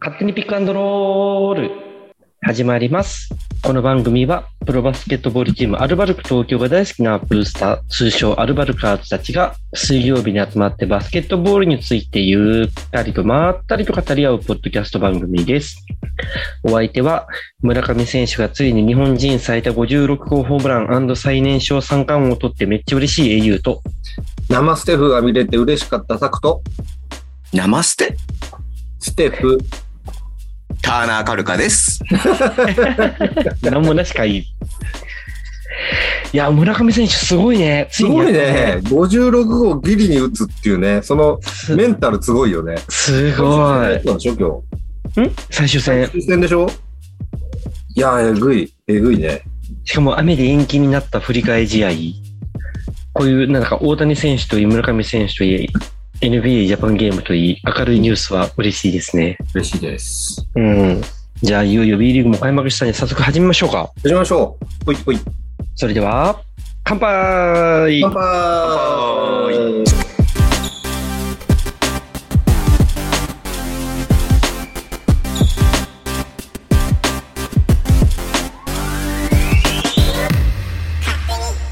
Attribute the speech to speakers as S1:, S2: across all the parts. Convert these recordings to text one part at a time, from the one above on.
S1: 勝手にピックアンドロール始まります。この番組はプロバスケットボールチームアルバルク東京が大好きなブルースター、通称アルバルカーズたちが水曜日に集まってバスケットボールについてゆったりとまったりと語り合うポッドキャスト番組です。お相手は村上選手がついに日本人最多56号ホームラン最年少三冠王を取ってめっちゃ嬉しい英雄と
S2: 生ステフが見れて嬉しかったサクと、
S3: 生捨て
S2: ステフ。
S3: ターナーカルカです。
S1: なんもなしかいい。いや、村上選手、すごいね。つ
S2: す
S1: に
S2: ごい
S1: や
S2: ね
S1: っ。
S2: 56号ギリに打つっていうね、その
S1: た。
S2: メンタルすごいよね。
S1: すごい。
S2: 最終戦だったでしょ、
S1: ん最終
S2: 今
S1: 戦。
S2: 日。終戦でしょいやー、えぐい。えぐいね。
S1: しかも雨で延期になった振り替え試合。こういう、なんか大谷選手といい、村上選手といい、NBA ジャパンゲームといい、明るいニュースは嬉しいですね。
S2: 嬉しいです。
S1: うん。じゃあ、いよいよ B リーグも開幕したんで、早速始めましょうか。
S2: 始めましょう。ほいほい。
S1: それでは、乾杯
S2: 乾杯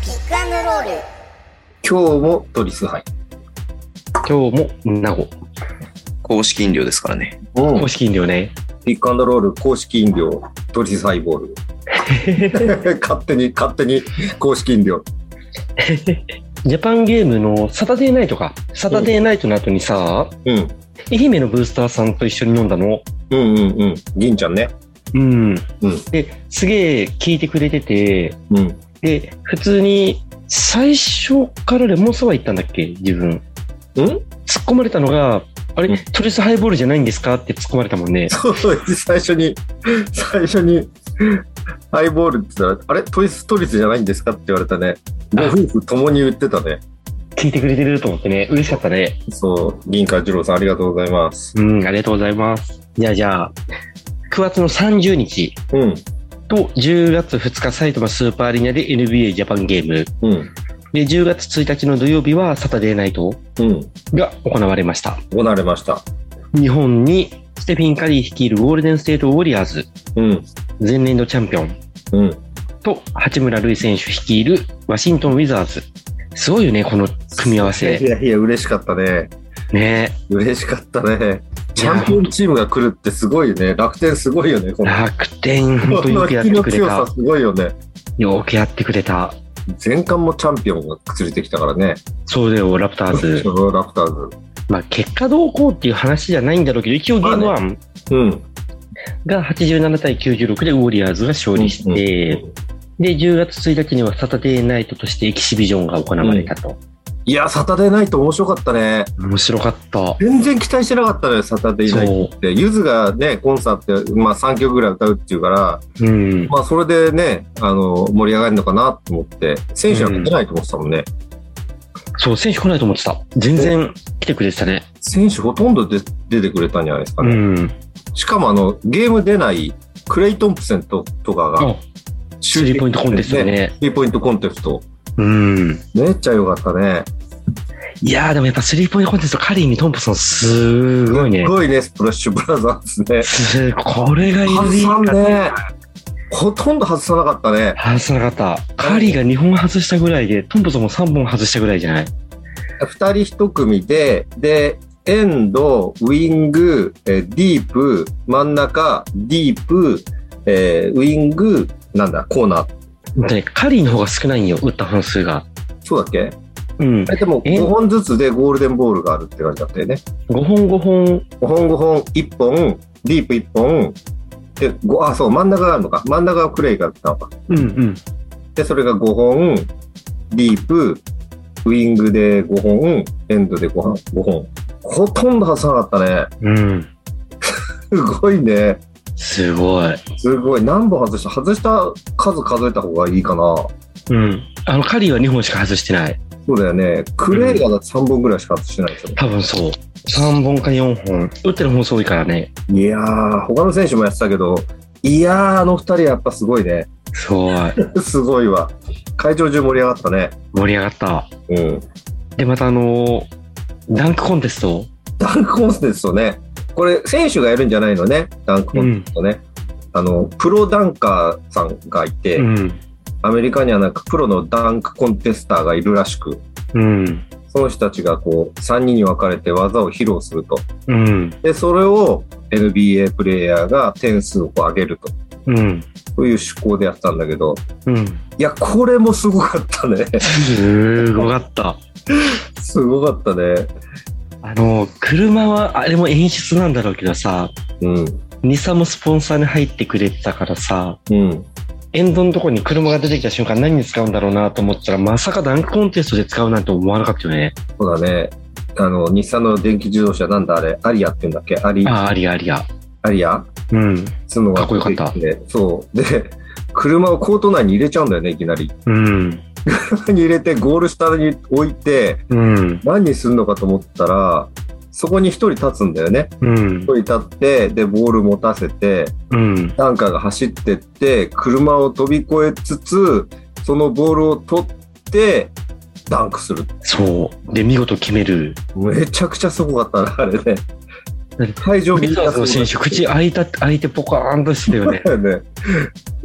S4: ピックアンドロール
S2: 今日もトリス杯。
S1: 今日も、名護。
S3: 公式飲料ですからね。
S2: う
S1: 公。式飲料ね。
S2: ピックアンドロール公式飲料、トリスハイボー ル。勝手に、勝手に公式飲料。
S1: ジャパンゲームのサタデーナイトか。サタデーナイトの後にさ、
S2: うん。
S1: 愛媛のブースターさんと一緒に飲んだの。
S2: うんうんうん。銀ちゃんね。
S1: うん。
S2: うん
S1: で、すげえ聞いてくれてて、
S2: うん。
S1: で、普通に最初からレモンサワー行ったんだっけ自分。
S2: ん
S1: 突っ込まれたのが、あれ、
S2: うん
S1: トリスハイボールじゃないんですかって突っ込まれたもんね。
S2: そう、最初に、最初に、ハイボールって言ったら、あれトリストリスじゃないんですかって言われたね。ご夫婦共に言ってたね。
S1: 聞いてくれてると思ってね、嬉しかったね。
S2: そう、銀河二郎さんありがとうございます。
S1: うん、ありがとうございます。じゃあじゃあ、9月の30日
S2: うん、
S1: と10月2日埼玉スーパーアリーナで NBA ジャパンゲーム。
S2: うん、
S1: で、10月1日の土曜日はサタデーナイト
S2: うん。
S1: が行われました。
S2: 行われました。
S1: 日本にステフィン・カリー率いるゴールデン・ステート・ウォリアーズ、
S2: うん、
S1: 前年度チャンピオン
S2: うん。
S1: と八村塁選手率いるワシントン・ウィザーズ。すごいよね、この組み合わ
S2: い
S1: せ。
S2: やいや、嬉しかったね。
S1: ね
S2: 嬉しかったね。チャンピオンチームが来るってすごいよね。楽天すごいよね、この。
S1: 楽天、本当によくやって
S2: の
S1: くれ
S2: 強
S1: た
S2: さ。すごいよね。
S1: よくやってくれた。
S2: 前冠もチャンピオンが連れてきたからね。
S1: そうだよ、ラプターズ
S2: そ。のラプターズ。
S1: まあ、結果どうこうっていう話じゃないんだろうけど、一応ゲーム1
S2: うん。
S1: が87対96でウォリアーズが勝利して、で、10月1日にはサタデーナイトとしてエキシビジョンが行われたと。
S2: いや、サタデーナイト面白かったね。
S1: 面白かった。
S2: 全然期待してなかったね、サタデーナイト
S1: そ
S2: って。ゆずがね、コンサートで、まあ、3曲ぐらい歌うっていうから、
S1: う。うん。
S2: まあ、それでね、あの、盛り上がるのかなと思って、選手は出てないと思ってたもんね。
S1: そう、選手来ないと思ってた。全然来てくれてたね。
S2: 選手ほとんどで出てくれたんじゃないですか
S1: う
S2: ね。
S1: ん。
S2: しかも、あの、ゲーム出ない、クレイ・トンプセンととかが、
S1: あ、スリーポイントコンテストだ。ね。
S2: スリーポイントコンテスト。
S1: うん。
S2: めっちゃ良かったね。
S1: いやー、でもやっぱスリーポイントコンテスト、カリーにトンプソン、すごいね
S2: す。ごいね、スプラッシュブラザーズね。
S1: すこれがい
S2: 外
S1: い
S2: さん
S1: か
S2: ね。ほとんど外さなかったね。
S1: 外さなかった。カリーが2本外したぐらいで、トンプソンも3本外したぐらいじゃない
S2: 二人一組で、で、エンド、ウィング、えーディープ、真ん中、ディープ、えーウィング、なんだ、コーナー。
S1: で、カリーの方が少ないんよ、打った本数が。
S2: そうだっけ
S1: うん。
S2: えでも
S1: え
S2: 5本ずつでゴールデンボールがあるって感じだったよね。
S1: 5本5本、
S2: 5本5本、1本、ディープ1本、で、ごあ、そう、真ん中があるのか。真ん中はクレイがあったのか。
S1: うんうん。
S2: で、それが5本、ディープ、ウィングで5本、エンドで5本。5本ほとんど外さなかった
S1: う
S2: ね。
S1: ん。
S2: すごいね。
S1: すごい。
S2: すごい。何本外した外した数数えた方がいいかな。
S1: うん。あの、カリーは2本しか外してない。
S2: そうだよね。クレイがだって3本ぐらいしか外してないですよ。
S1: 多分そう。3本か4本。打ってる本数多いからね。
S2: いやー、他の選手もやってたけど、いやー、あの2人はやっぱすごいね。
S1: すごい。
S2: すごいわ。会場中盛り上がったね。
S1: 盛り上がった。
S2: うん。
S1: で、またあのーダンクコンテスト
S2: ダンクコンスですよね。これ、選手がやるんじゃないのね、ダンクコンテストね。あの、プロダンカーさんがいて、
S1: うん。
S2: アメリカにはなんかプロのダンクコンテスターがいるらしく、
S1: うん。
S2: その人たちがこう、3人に分かれて技を披露すると。
S1: うん。
S2: で、それを NBA プレイヤーが点数をこう上げると。
S1: うん。
S2: そういう趣向でやったんだけど、
S1: うん。
S2: いや、これもすごかったね。
S1: すごかった。
S2: すごかったね。
S1: あの、車は、あれも演出なんだろうけどさ、
S2: うん。
S1: 日産もスポンサーに入ってくれてたからさ、
S2: うん。
S1: エンドのとこに車が出てきた瞬間何に使うんだろうなと思ったら、まさかダンクコンテストで使うなんて思わなかったよね。
S2: そうだね。あの、日産の電気自動車なんだあれアリアって言うんだっけアリ、
S1: ああ、ありゃありゃ。
S2: アリア
S1: うん。
S2: つのが
S1: かっこよかった
S2: 出てきてそう。で、車をコート内に入れちゃうんだよね、いきなり。
S1: うん。
S2: に入れて、ゴール下に置いて、
S1: うん。
S2: 何にするのかと思ったら、そこに一人立つんだよね。
S1: うん。
S2: 一人立って、で、ボール持たせて、
S1: うん。
S2: ダンカーが走ってって、車を飛び越えつつ、そのボールを取って、ダンクする。
S1: そう。で、見事決める。
S2: めちゃくちゃすごかったな、あれね
S1: 何。
S2: 会場
S1: ミ
S2: みん
S1: サ
S2: な
S1: ー
S2: す
S1: ズ
S2: ごか
S1: の
S2: った
S1: 選手、口開いた、開いてポカーンとしてたよね。
S2: だよね。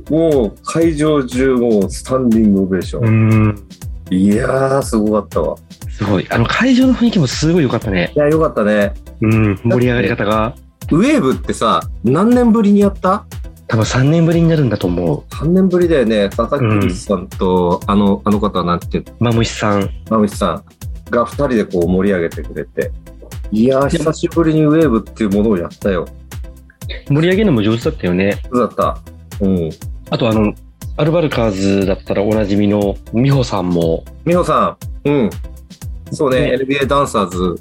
S2: もう会場中、もうスタンディングオベーション。
S1: ん。
S2: いやー、すごかったわ。
S1: すごい。あの、会場の雰囲気もすごい良かったね。
S2: いや、よかったね。
S1: うん。盛り上がり方が、
S2: ウェーブってさ、何年ぶりにやった
S1: 多分3年ぶりになるんだと思う。
S2: ?3 年ぶりだよね。佐々木クリスさんと、あの、あの方はなんていうの、
S1: マムシさん。
S2: マムシさんが2人でこう盛り上げてくれて。いやー、久しぶりにウェーブっていうものをやったよ。
S1: 盛り上げるのも上手だったよね。
S2: そうだった。うん。
S1: あとあの、アルバルカーズだったらおなじみの美穂さんも、
S2: 美穂さん。うん。そうね、
S1: ね
S2: NBA ダンサーズ、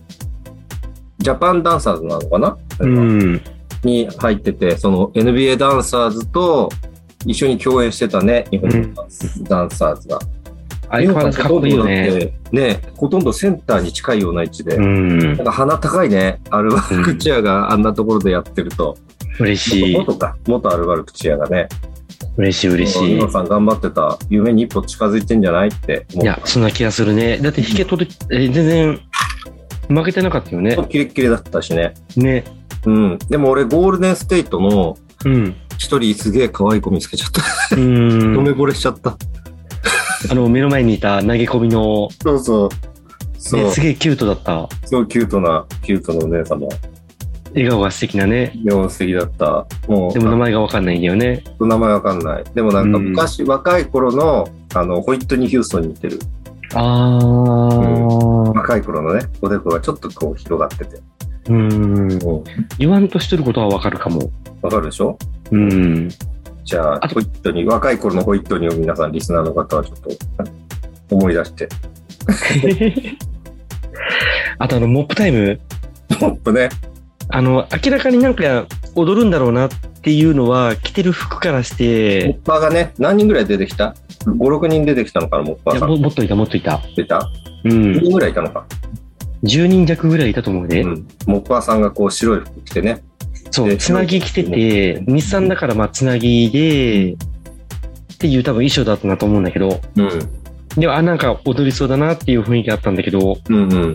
S2: ジャパンダンサーズなのかな、
S1: ん、
S2: に入ってて、その NBA ダンサーズと一緒に共演してたね、日本のダンサーズが。
S1: 相変わらずかっこいいよね。。
S2: ね、ほとんどセンターに近いような位置で。
S1: うん
S2: なん、か鼻高いね、アルバルクチアがあんなところでやってると。
S1: 嬉しい、
S2: 元か、元アルバルクチアがね。
S1: 嬉しい、嬉しい。
S2: 今さん頑張ってた、夢に一歩近づいてんじゃないって思。
S1: いうや、そんな気がするね。だって引け取る、え全然負けてなかったよね。
S2: キレッキレだったしね。
S1: ね。
S2: うん。でも俺、ゴールデンステイトの
S1: うん。
S2: 一人すげえ可愛い子見つけちゃった。
S1: う
S2: 一目
S1: ん。
S2: 惚れしちゃった。
S1: あの、目の前にいた投げ込みの、
S2: そうそう。
S1: ね
S2: そう
S1: す。げえキュートだった。
S2: すごいキュートな、キュートなお姉様。
S1: 笑顔が素敵なね。
S2: でも素敵だった。もう、
S1: でも名前がわかんないんだよね。
S2: 名前わかんない。でもなんか昔、若い頃の、あの、ホイットニー・ヒューストンに似てる。
S1: あー。
S2: 若い頃のね、おでこがちょっとこう広がってて。
S1: うん。
S2: うん
S1: 言わんとしてることはわかるかも。
S2: わかるでしょ
S1: うん。
S2: じゃあ、
S1: あと
S2: ホイットニー、若い頃のホイットニーを皆さん、リスナーの方はちょっと思い出して。
S1: あとあの、モップタイム、
S2: ポップね。
S1: あの、明らかになんか踊るんだろうなっていうのは、着てる服からし
S2: モッ
S1: て、
S2: パーがね、何人ぐらい出てきた ?5、6人出てきたのかな、モッパ
S1: い
S2: ー
S1: や
S2: さ
S1: も
S2: ん。
S1: もっといた、もっといた。
S2: 出た
S1: う
S2: ?10
S1: ん。
S2: 人ぐらいいたのか。
S1: 10人弱ぐらいいたと思うね。
S2: うん。モッパーさんがこう白い服着てね。
S1: そう、
S2: で
S1: つなぎ着てて、
S2: うん
S1: 日産だからまあ、つなぎで、っていう多分衣装だったなと思うんだけど、
S2: うん。
S1: でも、あ、なんか踊りそうだなっていう雰囲気あったんだけど、
S2: うんうん。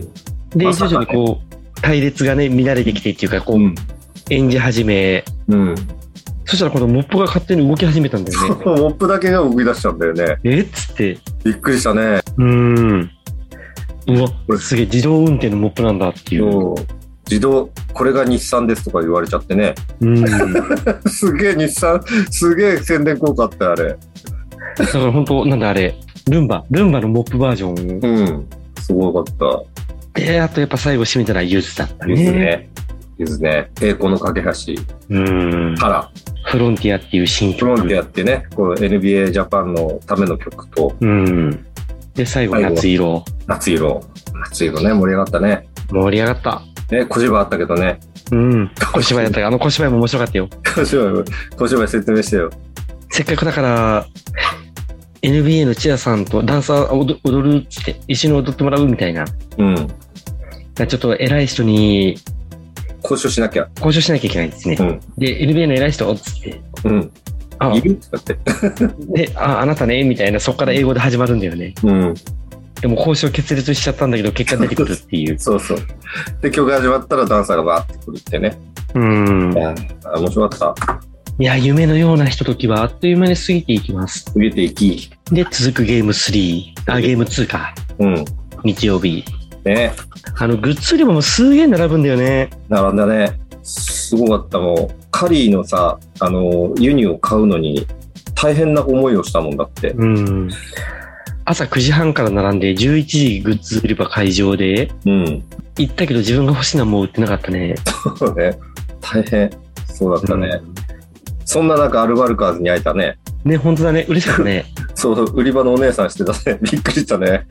S1: で、徐
S2: まさか
S1: 々にこう、隊列がね、乱れてきてっていうか、こう、演じ始め、
S2: うん。
S1: そしたらこのモップが勝手に動き始めたんだよね。
S2: モップだけが動き出しちゃうんだよね。
S1: えっつって。
S2: びっくりしたね。
S1: うーん。う
S2: これ
S1: わ、すげえ、自動運転のモップなんだっていう。
S2: そう自動、これが日産ですとか言われちゃってね。
S1: うん。だか
S2: すげえ日産、すげえ宣伝効果あったよあれ。
S1: ら本当なんだあれ、ルンバ、ルンバのモップバージョン。
S2: うん。すごかった。
S1: で、あとやっぱ最後締めたらユズだったね。
S2: ゆずね。ゆずね。栄光の架け橋
S1: うん。
S2: から、
S1: フロンティアっていう新曲。
S2: フロンティアってね、こう NBA ジャパンのための曲と、
S1: うん。で、最後、
S2: 最後
S1: 夏色。
S2: 夏色。夏色ね、盛り上がったね。
S1: 盛り上がった。
S2: ね、小芝あったけどね。
S1: うん。小芝居だったがあの小芝居も面白かったよ。
S2: 小芝居、小芝居説明してよ。
S1: せっかくだから、NBA のチアさんとダンサー踊踊るっつって、一緒に踊ってもらうみたいな。
S2: うん。
S1: ちょっと偉い人に
S2: 交渉しなきゃ。
S1: 交渉しなきゃいけないんですね。
S2: うん。
S1: で、NBA の偉い人、つって、
S2: うん。
S1: あ
S2: いるって言って。
S1: でああなたね、みたいな、そこから英語で始まるんだよね。
S2: うん。
S1: ででも交渉決裂しちゃったんだけど、結果出てくるって いう。
S2: そうそう。で、曲が始まったらダンサーがバーってくるってね。
S1: うん
S2: い。やー、面白かった。
S1: いや、夢のようなひとときはあっという間に過ぎていきます。
S2: 逃げていき。
S1: で、続くゲーム3、あ、ゲーム2か。
S2: うん。
S1: 日曜日。
S2: ね
S1: あの、グッズ売り場もすげえ並ぶんだよね。
S2: 並んだね。すごかったもう。カリーのさ、あの、ユニを買うのに大変な思いをしたもんだって。
S1: うん。朝9時半から並んで、11時グッズ売り場会場で、
S2: うん。
S1: 行ったけど自分が欲しいのはもう売ってなかったね。
S2: そうね。大変。そうだったね。
S1: うん
S2: そんな中、アルバルカーズに会えたね。
S1: ね、本当だね。嬉しかったね。
S2: そう、売り場のお姉さんしてたね。 びっくりしたね。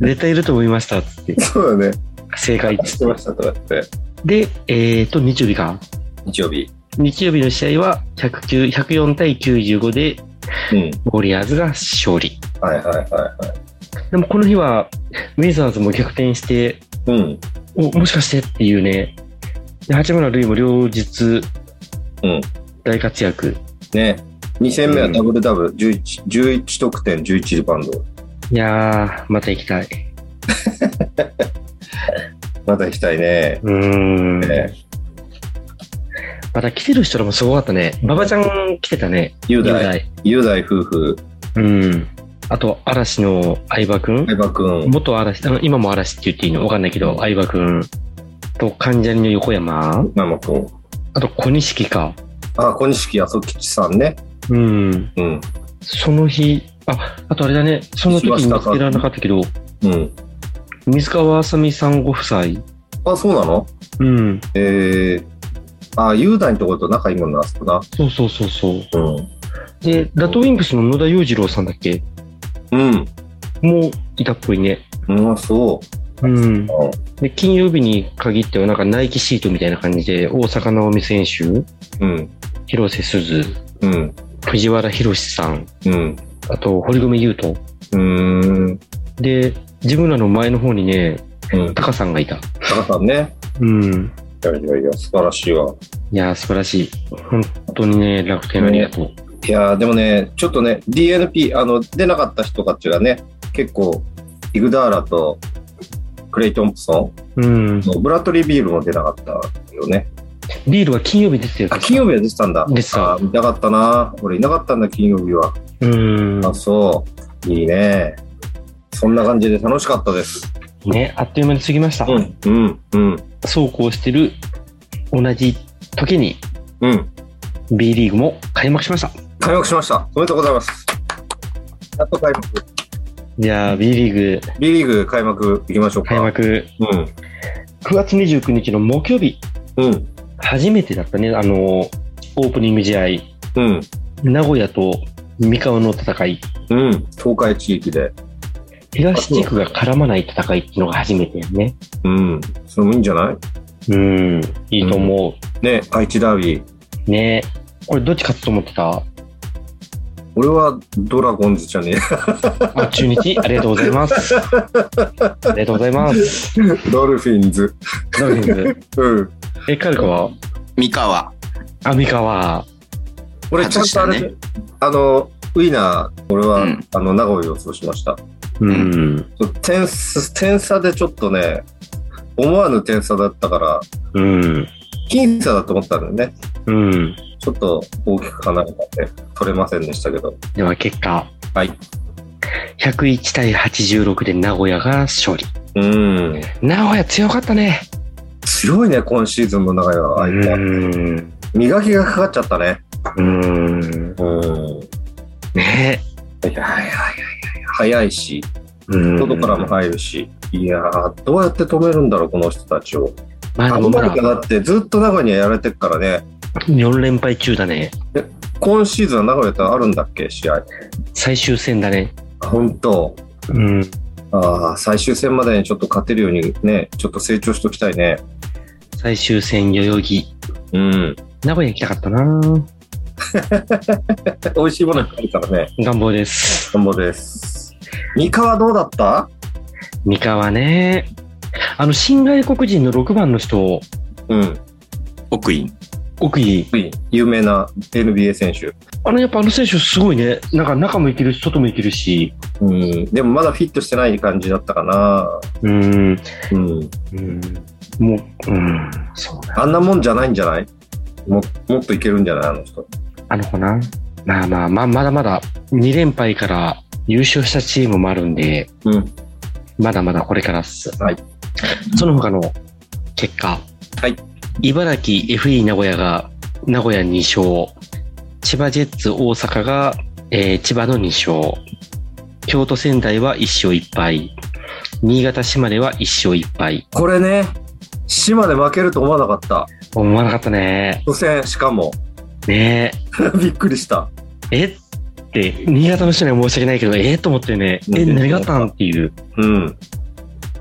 S1: 絶対いると思いました。つって。
S2: そうだね。
S1: 正解っつ
S2: し
S1: って
S2: ましたとか言って。
S1: て。で、えっ、と、日曜日か。
S2: 日曜日。
S1: 日曜日の試合は109、104対95で、
S2: うん。
S1: ウォリアーズが勝利。
S2: はいはいはいは
S1: でもこの日は、ウィザーズも逆転して、
S2: い。うん。
S1: お、もしかしてっていうね。で、八村塁も両日、
S2: うん
S1: 大活躍。
S2: ね。2戦目は
S3: うん
S2: ダブルダブル、11、11得点、11リバウンド。
S1: いやー、また行きたい。
S2: また行きたいね。
S1: うーん。
S2: ね
S1: また来てる人らもすごかったね。馬場ちゃん来てたね。
S2: 雄
S1: 雄
S2: 大、
S1: 大。
S2: 雄大夫婦、
S1: うん。あと、嵐の相葉くん。
S2: 相葉くん、
S1: 元嵐、あの、今も嵐って言っていいのわかんないけど、相葉くん。と、関ジャニの横山。
S2: ママくん。
S1: あと、小錦か。
S2: あ、小錦あそ吉さんね。
S1: うん。
S2: うん。
S1: その日、あ、あとあれだね。その時に見つけられなかったけど、
S2: うん。
S1: 水川あさみさんご夫妻。
S2: あ、そうなの
S1: うん。
S2: えー、あ、雄大のところと仲いいもんな、あそこな。
S1: そうそうそうそう。
S2: うん。
S1: で、ラトウィンプスの野田洋次郎さんだっけ
S2: うん。
S1: もういたっぽいね。
S2: うん、そ
S1: うん
S2: う。。うん
S1: で、金曜日に限ってはなんかナイキシートみたいな感じで、大坂なおみ選手、
S2: うん。
S1: 広瀬すず、
S2: うん。
S1: 藤原宏さん、
S2: うん。
S1: あと堀米雄斗。
S2: うーん。
S1: で、自分らの前の方にね、
S2: うん。
S1: タカさんがいた。
S2: タカさんね。
S1: うん。
S2: いやいやいや、素晴らしいわ。
S1: いやー、素晴らしい。本当にね、楽天ありがとう。
S2: いやーでもね、ちょっとね、DNP、あの、出なかった人たちがね、結構、イグダーラとクレイ・トンプソ
S1: うん。
S2: ン、ブラッドリー・ビールも出なかったよね。
S1: ビールは金曜日出てるか
S2: あ、
S1: ら。
S2: 金曜日は出てたんだ。
S1: 出てた
S2: あ見たかったな。俺いなかったんだ、金曜日は。
S1: うん。
S2: あ、そう。いいね。そんな感じで楽しかったです。
S1: ね、あっという間に過ぎました。
S2: うん、うん、うん、
S1: そうこうしてる同じ時に
S2: うん。
S1: B リーグも開幕しました。
S2: 開幕しました。おめでとうございます。やっと開幕。
S1: いやー、B リーグ
S2: B リーグ開幕いきましょうか。
S1: 開幕、
S2: う
S1: 9月29日の木曜日、
S2: ん、うん、
S1: 初めてだったね、あのーオープニング試合、
S2: うん、
S1: 名古屋と三河の戦い、
S2: うん。東海地域で。
S1: 東地区が絡まない戦いっていうのが初めてやね。
S2: うん。それもいいんじゃない
S1: うん、いいと思
S2: ね、愛知ダービー。
S1: う。ねこれどっち勝つと思ってた
S2: 俺はドラゴンズじゃね
S1: あ、中日、ありがとうございます。ありがとうございます。
S2: え。 ドルフィンズ。
S1: ドルフィンズ
S2: うん。
S1: え、カルカは
S3: 三河。
S1: あ、三河。
S2: 俺ちゃんとあれ、
S3: 外し
S2: あの、ウィナー、俺は、
S3: うん
S2: あの、名古屋を予想しました。
S1: うん。
S2: 点数点差でちょっとね、思わぬ点差だったから、
S1: うん。
S2: 僅差だと思ったんだよね。
S1: うん。
S2: ちょっと大きく離れたんで、取れませんでしたけど。
S1: では結果、
S2: はい。
S1: 101対86で名古屋が勝利。
S2: うん。
S1: 名古屋強かったね。
S2: 強いね、今シーズンの中では、
S1: う
S2: 相手は。
S1: ーん。
S2: 磨きがかかっちゃったね。
S1: うーん。
S2: うん。
S1: ね
S2: はいはいはい。早いし、
S1: え。
S2: 外からも入るし、いやー、どうやって止めるんだろう、この人たちを。
S1: まあ
S2: あ
S1: でも
S2: の
S1: ま
S2: マルカ
S1: だ
S2: だって、ずっと名古屋にはやられてるからね、
S1: 4連敗中だね。
S2: 今シーズンは名古屋とあるんだっけ、試合。
S1: 最終戦だね。
S2: 本当
S1: うん。
S2: ああ、最終戦までにちょっと勝てるようにね、ちょっと成長しておきたいね。
S1: 最終戦代々木。
S2: うん。
S1: 名古屋行きたかったな
S2: 美味しいものいっぱいあるからね。
S1: 願望です。
S2: 田んぼです。三河どうだった
S1: 三河ね。あの、新外国人の6番の人、
S2: うん。
S3: 奥院。
S1: 奥井。
S2: 有名な NBA 選手。
S1: あの、やっぱあの選手すごいね。なんか中もいけるし、外もいけるし。
S2: うん、でもまだフィットしてない感じだったかな。
S1: うん。
S2: うん、
S1: うん。もう、うん。そうだ。
S2: あんなもんじゃないんじゃないももっといけるんじゃないあの人。
S1: あの子な。まあまあまあ、まだまだ2連敗から優勝したチームもあるんで、
S2: うん、
S1: まだまだこれからっす。
S2: はい。
S1: その他の結果。
S2: はい。
S1: 茨城 FE 名古屋が、名古屋2勝。千葉ジェッツ大阪が、えー千葉の2勝。京都仙台は1勝1敗。新潟島根は1勝1敗。
S2: これね、島で負けると思わなかった。
S1: 思わなかったね。
S2: 初戦、しかも。
S1: ね
S2: びっくりした。
S1: え。えって、新潟の人には申し訳ないけど、えー、と思ってね。え、何があったんっていう。
S2: うん。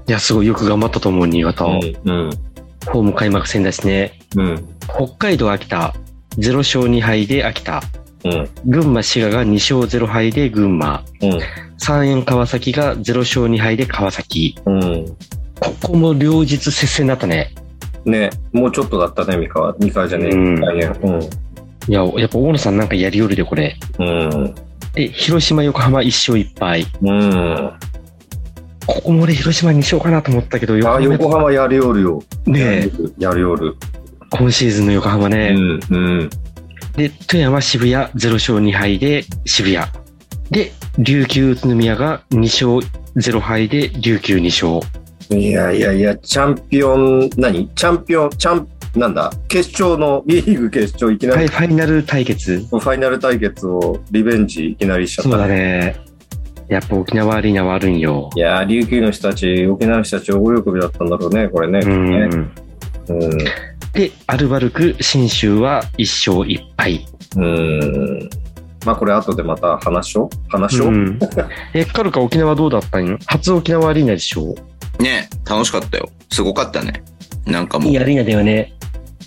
S1: いや、すごいよく頑張ったと思う、新潟は。
S2: うん。
S1: ホーム開幕戦だしね。
S2: うん。
S1: 北海道、秋田。0勝2敗で秋田。
S2: うん。
S1: 群馬、滋賀が2勝0敗で群馬。
S2: うん。
S1: 三円川崎が0勝2敗で川崎。
S2: うん。
S1: ここも両日接戦だったね。
S2: ね、もうちょっとだったね、三河。三河じゃねえ、
S1: うん
S2: 大変。うん。
S1: いや、やっぱ大野さんなんかやりよるで、これ。
S2: うん。
S1: で、広島、横浜1勝1敗。
S2: うん。
S1: ここも俺、広島2勝かなと思ったけど、
S2: あ、横浜やりおるよ。
S1: ねえ、
S2: やりおる。
S1: 今シーズンの横浜
S2: う
S1: ね。
S2: ん。うん。
S1: で、富山、渋谷、0勝2敗で渋谷。で、琉球、宇都宮が2勝0敗で琉球2勝。
S2: いやいやいや、チャンピオン、何チャンピオン、チャン、なんだ決勝の、リーグ決勝いきな
S1: はい、
S2: り、
S1: ファイナル対決。
S2: ファイナル対決をリベンジいきなりしちゃった。
S1: そうだね。やっぱ沖縄アリーナはあるんよ。
S2: いやー、琉球の人たち、沖縄の人たち、大喜びだったんだろうね、これね。
S1: うん。
S2: うん。
S1: で、アルバルク、新州は1勝1敗。
S2: うん。まあ、これ、後でまた話しよう。話しよう。
S1: ん、え、カルカ沖縄どうだったん初沖縄アリーナでしょ
S3: ね楽しかったよ。すごかったね。なんかもう、
S1: アリーナだよね。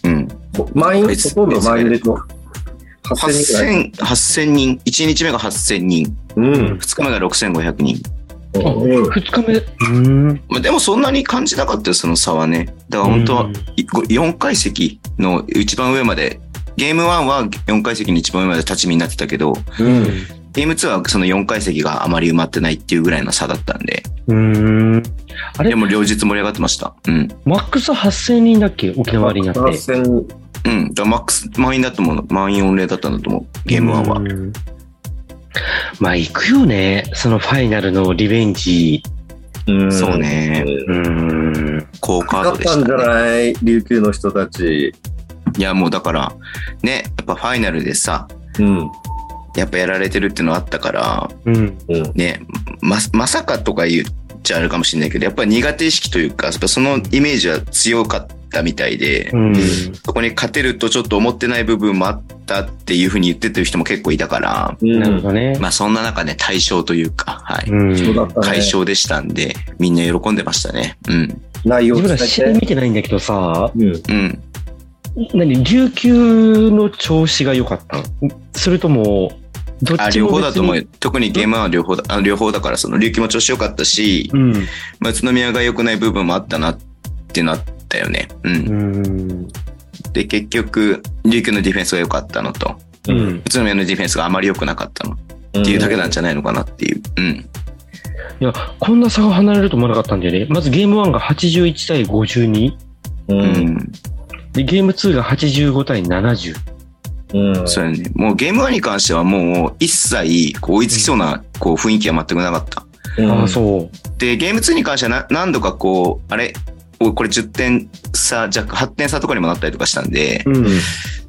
S3: うん。
S2: 満員、
S3: はい
S2: ほとんど満員でしょ。8000人ぐらい。
S3: 8000、8000人。1日目が8000人。
S2: うん。
S3: 2日目が6500人。
S1: あ、
S2: うん
S1: 二日目。うん。
S3: まあ、でもそんなに感じなかったよ、その差はね。だから本当は、4階席の一番上まで、ゲーム1は4階席の一番上まで立ち見になってたけど、
S2: うん。
S3: ゲーム2はその4階席があまり埋まってないっていうぐらいの差だったんで、
S1: うん。うん。え
S3: でも両日盛り上がってました。うん。
S1: マックス8000人だっけ沖縄アリーナって。
S2: 8000人。
S3: うん。だからマックス、満員だと思う。満員御礼だったんだと思う。ゲーム1は。
S1: うんまあ行くよね、そのファイナルのリベンジ。
S2: うん
S3: そう。ね。
S1: うん。
S3: 高カー
S2: 勝
S3: ド
S2: っ
S3: でしたた、
S2: んじゃ
S3: ね。
S2: ない琉球の人たち。
S3: いや、もうだから、ね、やっぱファイナルでさ、
S2: うん。
S3: やっぱやられてるっていうのはあったから、
S1: うん。
S2: うん。
S3: ね、ま、まさかとか言っちゃあるかもしれないけど、やっぱり苦手意識というか、やっぱそのイメージは強かったみたいで、
S1: うん。
S3: そこに勝てるとちょっと思ってない部分もあったっていうふうに言ってる人も結構いたから、
S2: うん
S1: なるほどね。
S3: まあそんな中ね、対象というか、はい。
S1: うん。
S2: そうだったね
S3: 解消でしたんで、みんな喜んでましたね。うん。
S2: 内容
S1: 自分ら試合
S2: 伝え
S1: 見てないんだけどさ、
S2: て。うん。
S3: うん。
S1: 何、琉球の調子が良かったんそれとも、どっちも別に
S3: あ、両方だと思うよ。特にゲームは両方だ、あ両方だから、その、琉球も調子良かったし、
S1: うん。
S3: まあ、宇都宮が良くない部分もあったなってなったよね。う。
S1: うんん。
S3: で、結局、琉球のディフェンスが良かったのと、
S1: うん。
S3: 宇都宮のディフェンスがあまり良くなかったのっていうだけなんじゃないのかなっていう。うん。
S1: いや、こんな差が離れると思わなかったんだよね。まずゲーム1が81対52。
S2: う。
S3: うんん。
S1: で、ゲーム2が85対70。
S2: うん。
S3: そうやね。もうゲーム1に関してはもう一切こう追いつきそうなこう雰囲気は全くなかった。
S2: うん
S1: ああ、そう。
S3: で、ゲーム2に関してはな何度かこう、あれおこれ10点差弱、8点差とかにもなったりとかしたんで、
S1: うん。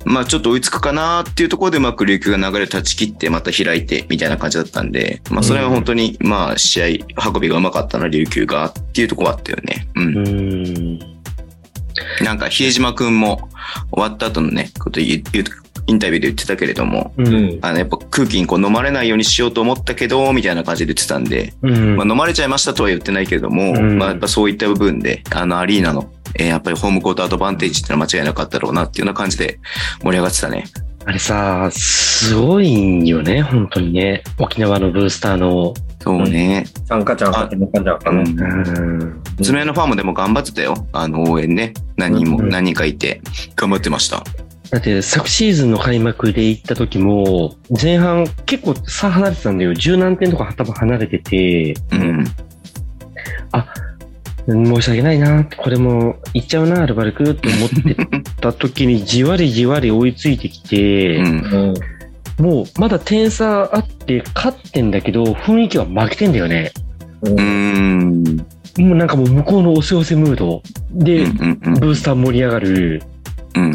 S3: まあちょっと追いつくかなっていうところでうまく琉球が流れを断ち切ってまた開いてみたいな感じだったんで、まあそれは本当にまあ試合運びがうまかったな琉球がっていうところはあったよね。う。
S1: うんん。
S3: なんか比江島くんも終わった後のね、こと言う言うインタビューで言ってたけれども、
S1: う。
S2: うんん。
S3: あのやっぱ空気にこう飲まれないようにしようと思ったけど、みたいな感じで言ってたんで、
S1: うん
S3: まあ、飲まれちゃいましたとは言ってないけれども、
S1: うん
S3: まあ、やっぱそういった部分で、あの、アリーナの、えーやっぱりホームコートアドバンテージっていうのは間違いなかったろうなっていうような感じで盛り上がってたね。
S1: あれさ、すごいんよね、本当にね。沖縄のブースターの。
S3: そうね。
S2: ちゃんかちゃんかちゃんかちゃんかね。
S3: うん
S1: ん。
S3: 爪のファンもでも頑張ってたよ。あの、応援ね。何人も、
S1: うん
S3: 何人かいて、頑張ってました。
S1: だって昨シーズンの開幕で行った時も、前半結構差離れてたんだよ。十何点とか多分離れてて、
S3: うん。
S1: 申し訳ないな、これも行っちゃうな、アルバルクって思ってた時 にじわりじわり追いついてきて、
S3: うん。
S2: うん。
S1: もうまだ点差あって勝ってんだけど、雰囲気は負けてんだよね。
S2: うん
S3: うん。うん。
S1: もうなんかもう向こうの押せ押せムード。
S3: う
S1: で、
S3: ん。
S1: ブースター盛り上がる。
S3: うん。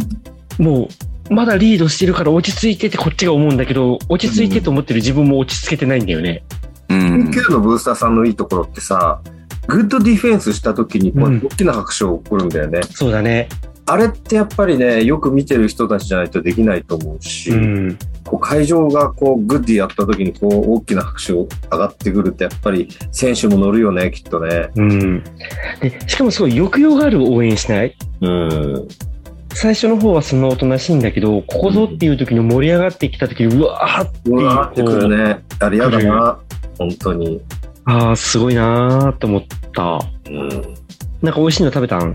S1: もう、まだリードしてるから落ち着いてってこっちが思うんだけど、落ち着いてと思ってる自分も落ち着けてないんだよね。
S3: うん。
S2: 9のブースターさんのいいところってさ、グッドディフェンスした時にこうやって大きな拍手が起こるんだよね。
S1: そうだね。
S2: あれってやっぱりね、よく見てる人たちじゃないとできないと思うし、
S1: うん。
S2: こう会場がこうグッディやった時にこう大きな拍手上がってくるってやっぱり選手も乗るよね、きっとね。
S1: うん。で、しかもすごい抑揚がある応援しない
S2: うん。
S1: 最初の方はそのおとなしいんだけど、ここぞっていう時の盛り上がってきた時に、うわーっていうう、
S2: わーってくる
S1: こう
S2: ね。あれやだな、本当に。
S1: ああ、すごいなーと思った。
S2: うん。
S1: なんか美味しいの食べたん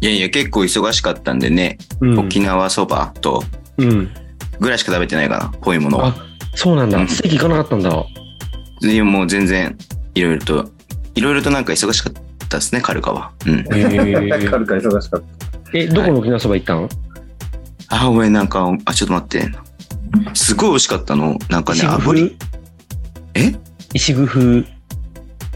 S3: いやいや、結構忙しかったんでね、
S1: うん。
S3: 沖縄そばと
S1: うん。
S3: ぐらいしか食べてないかな、こういうものは。
S1: あ、そうなん
S3: う
S1: だ。
S3: ん
S1: ステーキ行かなかったんだ。
S3: いやもう全然、いろいろと、いろいろとなんか忙しかったですね、カルカは。うん。
S1: へ
S2: カ
S1: ー
S2: ルカ忙しかった。
S1: え、どこの沖縄そば行ったん
S3: あ、お前なんか、あ、ちょっと待って。すごい美味しかったの。なんかね、
S1: 石工
S3: 炙り。
S1: 風
S3: え
S1: 石工風。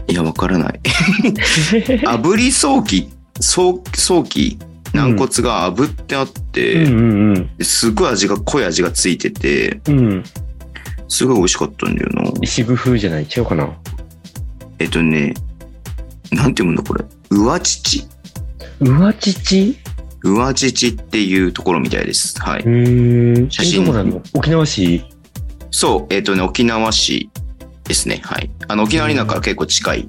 S3: いや、わからない。炙り早期、早早期、軟骨が炙ってあっ
S1: う
S3: て、
S1: んうん
S3: すごい味が、濃い味がついてて、
S1: うん。うん。
S3: すごい美味しかったんだよな。
S1: 石工風じゃない違うかな。
S3: えっとね、なんて読むんだこれ。うわちち。
S1: うわちち
S3: うわちちっていうところみたいです。は
S1: う
S3: い。
S1: ん。
S3: 写真
S1: えどこなの沖縄市
S3: そう、えっとね、沖縄市ですね。はい。あの、沖縄アリーナから結構近い。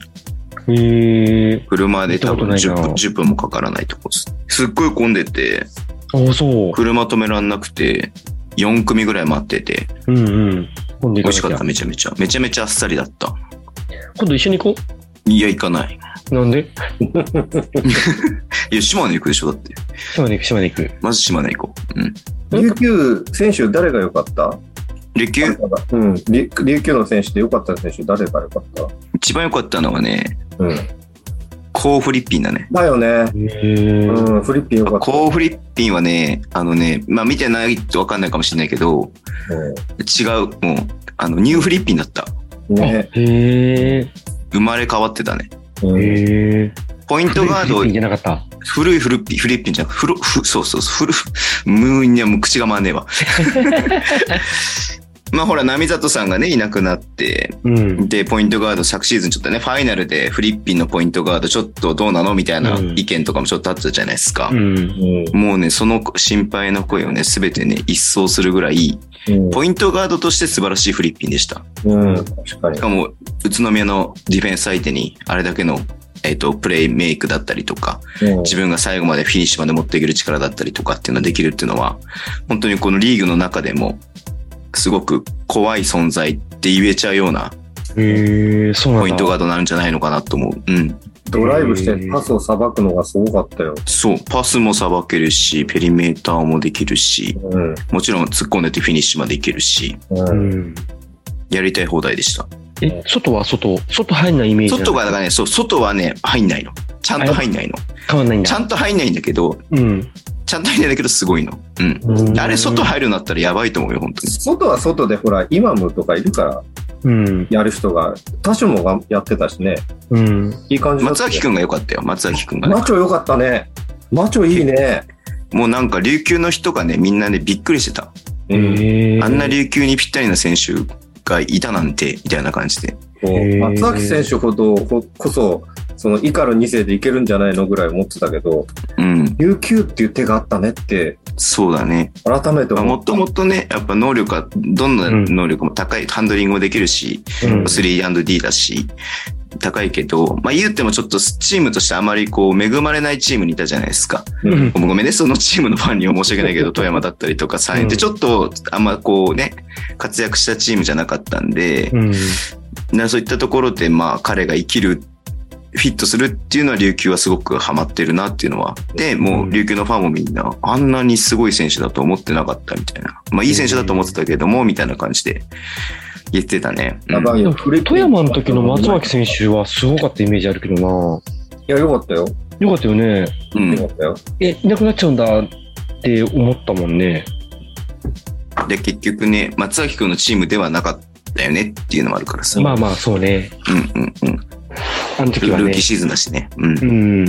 S1: へー。
S3: 車で多分
S1: 行った
S3: 10
S1: ことない
S3: 分
S1: な
S3: ,10 分もかからないとこです。すっごい混んでて、
S1: ああ、そう。
S3: 車止めらんなくて、4組ぐらい待ってて、
S1: うんうん。今度
S3: 美
S1: 行
S3: 味し
S1: か
S3: か
S1: な
S3: っ
S1: きゃ。
S3: た、めちゃめちゃ。めちゃめちゃあっさりだった。
S1: 今度一緒に行こ
S3: いや、行かない。
S1: う。なんで
S3: いや、島根行くでしょ、だって。
S1: 島根行く、島根行く。
S3: まず島根行こう。うん。
S2: 琉球選手誰が良かった
S3: 琉球、
S2: うん。り琉球の選手で良かった選手誰が良かっ
S3: 一番良かったのはね、
S2: たうん。
S3: コーフリッピンだね。
S2: だよね。
S1: へー
S2: うん、フリッピン良かった。
S3: コーフリッピンはね、あのね、まあ見てないとわかんないかもしれないけど、違う、もう、あの、ニューフリッピンだった。
S2: うんね。
S1: へー
S3: 生まれ変わってたね。
S2: うん
S1: へー
S3: ポイントガード
S1: 行けなかった。
S3: 古いフルッピ、フリッピンじゃん。フロ、フ、そうそうそう、フル、むーにゃ、もう口が回んねえわ。 まあほら、波里さんがね、いなくなって、
S1: うん。
S3: で、ポイントガード、昨シーズンちょっとね、ファイナルでフリッピンのポイントガード、ちょっとどうなのみたいな
S1: うん
S3: 意見とかもちょっとあったじゃないですか。
S1: うん。
S3: もうね、その心配の声をね、すべてね、一掃するぐらい、
S2: うん
S3: ポイントガードとして素晴らしいフリッピンでした。
S2: うん。うん。確かに
S3: し。かも、宇都宮のディフェンス相手に、あれだけの、えっ、と、プレイメイクだったりとか、
S2: うん
S3: 自分が最後までフィニッシュまで持っていける力だったりとかっていうのができるっていうのは、本当にこのリーグの中でも、すごく怖い存在って言えちゃうような
S1: へーそうなんだ。
S3: ポイントガードになるんじゃないのかなと思う。うん。
S2: ドライブしてパスをさばくのがすごかったよ。
S3: そう、パスもさばけるし、ペリメーターもできるし、
S2: うん。
S3: もちろん突っ込んでてフィニッシュまでいけるし、
S2: う。
S1: うんん。
S3: やりたい放題でした。
S1: え、外は外外入んないイメージなの
S3: 外がだからね、そう、外はね、入んないの。ちゃんと入んないの。
S1: 変わんないんだ。
S3: ちゃんと入んないんだけど、
S1: うん。
S3: ちゃんと入んないんだけどすごいの。うん。
S1: うん
S3: あれ、外入るようになったらやばいと思うよ、本当に。
S2: 外は外でほら、イマムとかいるから、
S1: うん。
S2: やる人が、他種もがやってたしね。
S1: うん。
S2: いい感じだったよ。
S3: 松崎くんが良かったよ、松崎くんがね。
S2: マチョ良かったね。マチョいいね。
S3: もうなんか琉球の人がね、みんなね、びっくりしてた。
S2: うん
S1: へー
S3: あんな琉球にぴったりな選手がいたなんて、みたいな感じで。
S2: こ
S1: へ
S2: う
S1: ー
S2: 松崎選手ほどここそ、そのイカル2世でいけるんじゃないのぐらい思ってたけど、
S3: うん、
S2: 琉球っていう手があったねって、
S3: そうだね。
S2: 改めて
S3: まあ
S2: 思
S3: も
S2: っ
S3: ともとね、やっぱ能力は、どんな能力も高い、ハンドリングもできるし、
S1: うん
S3: 3&D だし、高いけど、まあ言うてもちょっとチームとしてあまりこう恵まれないチームにいたじゃないですか。
S2: う
S1: うんん。
S3: ごめんね、そのチームのファンには申し訳ない けど、富山だったりとか3円ってちょっとあんまこうね、活躍したチームじゃなかったんで
S1: う、ん。
S3: なそういったところでまあ彼が生きるフィットするっていうのは琉球はすごくハマってるなっていうのは。で、もう琉球のファンもみんな、あんなにすごい選手だと思ってなかったみたいな。まあいい選手だと思ってたけども、みたいな感じで言ってたね。うん
S2: やばいよ。フレ
S1: 富山の時の松脇選手はすごかったイメージあるけどな。よ
S2: いや、よかったよ。
S1: かったよね。
S3: うん
S2: よかったよ。
S1: え、いなくなっちゃうんだって思ったもんね。
S3: で、結局ね、松崎君のチームではなかったよねっていうのもあるからさ。
S1: まあまあ、そうね。
S3: うんうんうん。
S1: あの時
S3: ル
S1: は
S3: ルー
S1: ね
S3: キー。シーズンだしね。うん。
S1: うん。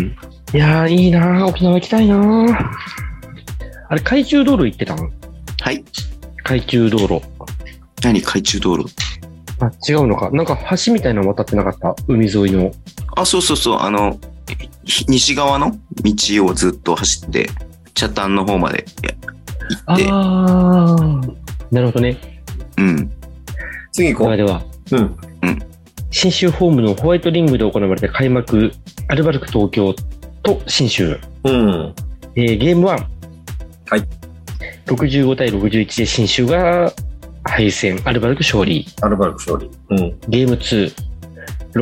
S1: いやー、いいなー沖縄行きたいなーあれ、海中道路行ってたん
S3: はい。
S1: 海中道路。
S3: 何、海中道路って。
S1: あ、違うのか。なんか橋みたいなの渡ってなかった海沿いの。
S3: あ、そうそうそう。あの、ひ西側の道をずっと走って、北端の方までいや行って、
S1: あー。なるほどね。
S3: うん。
S2: 次
S1: で
S2: 行こ
S1: はでは、
S2: う。うん。
S1: 新州ホームのホワイトリングで行われた開幕、アルバルク東京と新州。
S2: うん。
S1: えーゲーム1。
S2: はい。
S1: 65対61で新州が敗戦、アルバルク勝利。
S2: アルバルク勝利。うん。
S1: ゲーム2、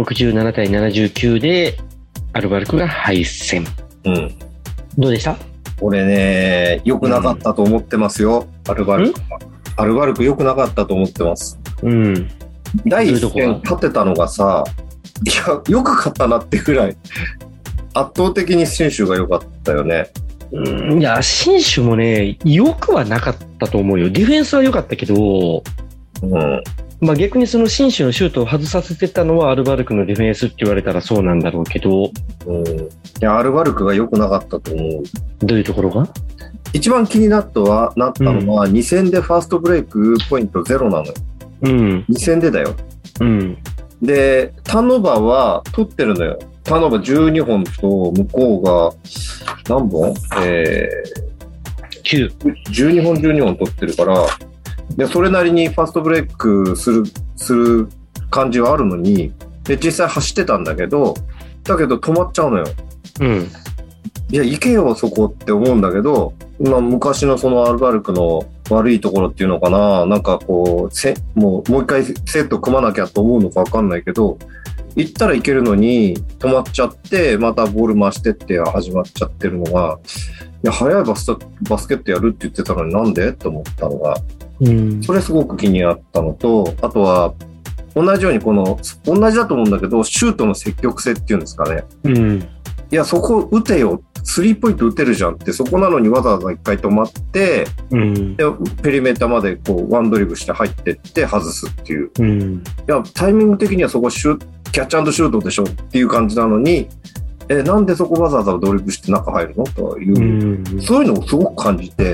S1: 67対79でアルバルクが敗戦。
S2: うん。
S1: どうでした
S2: 俺ね、良くなかったと思ってますよ。アルバルクは。アルバルク良くなかったと思ってます。
S1: うん。
S2: 第一
S1: どういうと
S2: 戦
S1: こ
S2: 勝てたのがさ、いや、よく勝ったなってぐらい、圧倒的に選手が良かったよね。
S1: うんいや、新種もね、良くはなかったと思うよ。ディフェンスは良かったけど、
S2: うん。
S1: まあ、逆にその新種のシュートを外させてたのはアルバルクのディフェンスって言われたらそうなんだろうけど、
S2: うん。いや、アルバルクが良くなかったと思う。
S1: どういうところが
S2: 一番気になったはなったのは、2戦でファーストブレイクポイントゼロなのよ。
S1: うん、
S2: 2戦でだよ。
S1: うん、
S2: で、ターンオーバーは取ってるのよ。ターンオーバー12本と、向こうが何本え
S1: 9。
S2: ー、12本12本取ってるから、で、それなりにファストブレイクする、する感じはあるのに、で、実際走ってたんだけど、だけど止まっちゃうのよ。
S1: うん、
S2: いや、行けよ、そこって思うんだけど、まあ、昔のそのアルバルクの悪いところっていうのかな、なんかこう、せもう、もう一回セット組まなきゃと思うのかわかんないけど、行ったらいけるのに、止まっちゃって、またボール回してって始まっちゃってるのが、いや、早いバスタバスケットやるって言ってたのになんでって思ったのが、
S1: うん、
S2: それすごく気になったのと、あとは、同じようにこの、同じだと思うんだけど、シュートの積極性っていうんですかね。
S1: うん、
S2: いや、そこ打てよ。スリーポイント打てるじゃんって、そこなのにわざわざ一回止まって、
S1: うん、
S2: で、ペリメーターまでこう、ワンドリブして入ってって外すっていう。
S1: うん、
S2: いや、タイミング的にはそこシューキャッチシュートでしょっていう感じなのに、え、なんでそこわざわざドリブして中入るのという、
S1: うん。
S2: そういうのをすごく感じて、い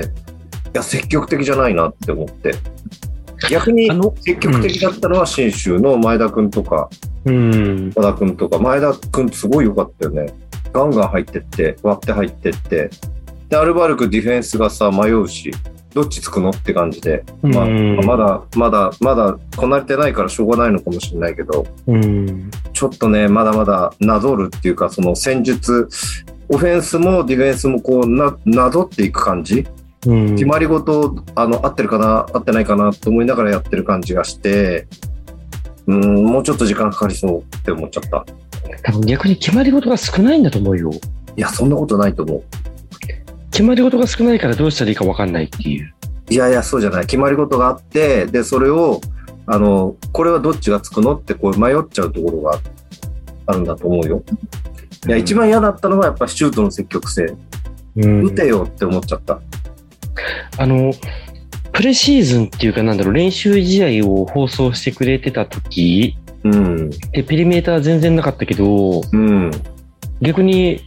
S2: や、積極的じゃないなって思って。逆に
S1: あの、
S2: 積極的だったのは信州の前田くんとか、
S1: うん、
S2: 岡田君とか、前田君すごい良かったよね。ガンガン入ってって、割って入ってって。で、アルバルクディフェンスがさ、迷うし、どっちつくのって感じで。まあ、
S1: うん
S2: まだ、まだ、まだ、こなれてないからしょうがないのかもしれないけど、
S1: うん、
S2: ちょっとね、まだまだなぞるっていうか、その戦術、オフェンスもディフェンスもこうな、なぞっていく感じ
S1: うん
S2: 決まりごと、あの、合ってるかな、合ってないかなと思いながらやってる感じがして、うん、もうちょっと時間かかりそうって思っちゃった。
S1: 多分逆に決まり事が少ないんだと思うよ。
S2: いや、そんなことないと思う。
S1: 決まり事が少ないからどうしたらいいか分かんないっていう。
S2: いやいや、そうじゃない。決まり事があって、で、それを、あの、これはどっちがつくのって、こう迷っちゃうところがあるんだと思うよ。いや、
S3: うん
S2: 一番嫌だったのは、やっぱシュートの積極性。
S1: うん
S2: 打てよって思っちゃった。
S1: あの、プレシーズンっていうかなんだろう、練習試合を放送してくれてた時
S2: うん。
S1: で、ペリメーター全然なかったけど、
S2: うん。
S1: 逆に、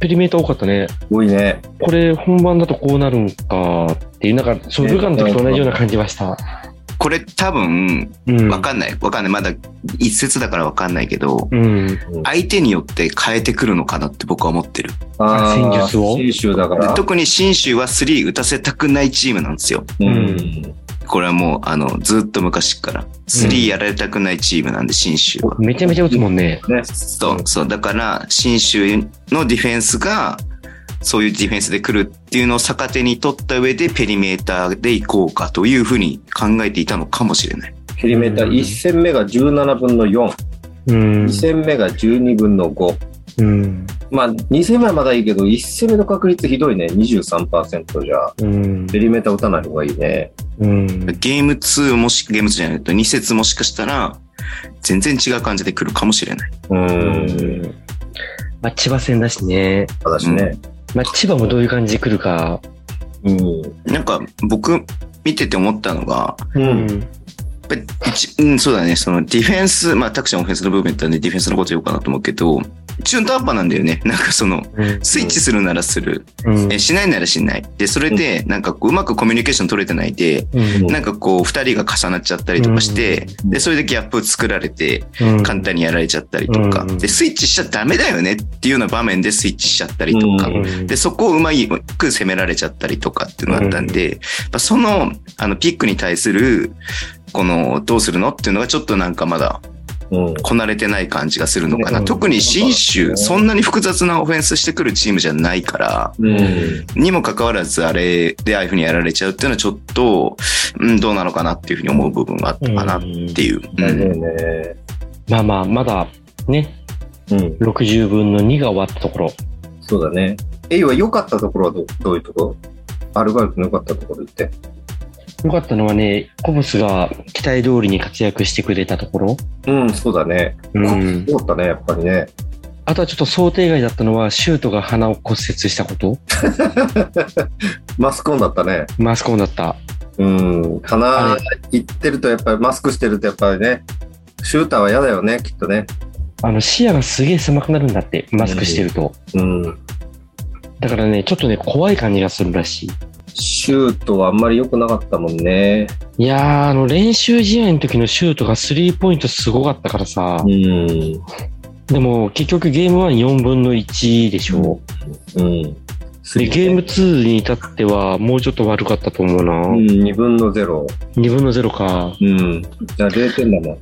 S1: ペリメーター多かったね。
S2: 多いね。
S1: これ本番だとこうなるんかっていう、なんか、その
S2: ね
S1: 武漢の時と同じような感じはした。
S3: これ多分、
S1: うん。
S3: わかんない。わかんない。まだ一節だからわかんないけど、
S1: うん。
S3: 相手によって変えてくるのかなって僕は思ってる。
S2: あー
S1: 戦術を
S2: 信州だか
S3: で
S2: ら。
S3: 特に信州は3打たせたくないチームなんですよ。
S2: うんん。
S3: これはもう、あの、ずっと昔から。3やられたくないチームなんで、信州は。
S1: めちゃめちゃ打つもんね。
S2: ね。
S3: そう、そう。だから、信州のディフェンスが、そういうディフェンスで来るっていうのを逆手に取った上で、ペリメーターで行こうかというふうに考えていたのかもしれない。
S2: ペリメーター1戦目が17分の4。
S1: うん
S2: 2。戦目が12分の5。
S1: うん。
S2: まあ、2戦目はまだいいけど、1戦目の確率ひどいね。23%じゃ、
S1: うん。
S2: ペリメーター打たない方がいいね。
S1: うん。
S3: ゲーム2もし、ゲーム2じゃないと、2節もしかしたら、全然違う感じで来るかもしれない。
S1: う
S2: う。
S1: んん。まあ、千葉戦だしね。
S2: ただしね。
S1: まあ、千葉もどういう感じで来るか。
S2: うん。
S3: なんか、僕、見てて思ったのが、
S1: う
S2: う。
S1: んん。
S3: やっぱり一うん、そうだね、そのディフェンス、まあ、タクシーオフェンスの部分だったんで、ディフェンスのこと言おうかなと思うけど、中途半端なんだよね。なんかその、
S1: うん。
S3: スイッチするならする、
S1: うん
S3: えしないならしない。で、それで、なんかこう、うまくコミュニケーション取れてないで、
S1: うん
S3: なんかこう、二人が重なっちゃったりとかして、
S2: うん
S3: で、それでギャップ作られて、
S1: うん
S3: 簡単にやられちゃったりとか、
S1: うん
S3: で、スイッチしちゃダメだよねっていうような場面でスイッチしちゃったりとか、
S2: うん
S3: で、そこをうまいく攻められちゃったりとかっていうのがあったんで、やっぱその、あの、ピックに対する、この、どうするのっていうのがちょっとなんかまだ、
S2: うん。
S3: こなれてない感じがするのかな。
S1: うん
S3: 特に新
S2: う
S3: 州、
S2: ん
S3: そんなに複雑なオフェンスしてくるチームじゃないから、
S2: うん。
S3: にもかかわらず、あれでああいうふうにやられちゃうっていうのはちょっと、うん、どうなのかなっていうふうに思う部分があったかなっていう。う
S2: だ
S3: ん
S2: よね。
S1: まあまあ、まだね、
S2: うん。
S1: 60分の2が終わったところ。
S2: そうだね。エイは良かったところはどどういうところアルバルクの良かったところ言って。
S1: 良かったのはね、コブスが期待通りに活躍してくれたところ。
S2: うん、そうだね。
S1: うん。
S2: 思ったね、やっぱりね。
S1: あとはちょっと想定外だったのは、シュートが鼻を骨折したこと。
S2: マスコンだったね。
S1: マスコンだった。
S2: うん。
S1: あ
S2: 鼻
S1: れ
S2: 行ってると、やっぱりマスクしてると、やっぱりね、シューターは嫌だよね、きっとね。
S1: あの、視野がすげえ狭くなるんだって、マスクしてると。
S2: うん。
S1: だからね、ちょっとね、怖い感じがするらしい。
S2: シュートはあんまり良くなかったもんね。
S1: いやー、あの、練習試合の時のシュートがスリーポイントすごかったからさ
S2: う。ん。
S1: でも、結局ゲーム14分の1でしょ。
S2: うん。
S1: で、ゲーム
S2: 2
S1: 2に至っては、もうちょっと悪かったと思うな。
S2: うん、2分の0。
S1: 2分の0か。
S2: うん。じゃあ0点だもん。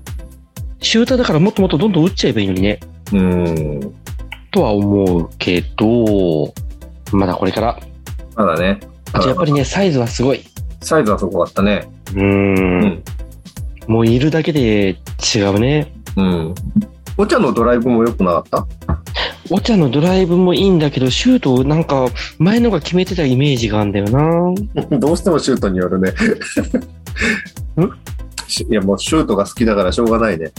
S1: シューターだからもっともっとどんどん打っちゃえばいいのにね。
S2: うん。
S1: とは思うけど、まだこれから。
S2: まだね。
S1: あとやっぱりね、サイズはすごい。
S2: サイズはそこだったね。
S1: うーん。。もういるだけで違うね。
S2: うん。お茶のドライブも良くなかっ
S1: お茶のドライブもいいんだけど、シュートをなんか前のが決めてたイメージがあるんだよな。
S2: た どうしてもシュートによる ね。いや、もうシュートが好きだからしょうがないね。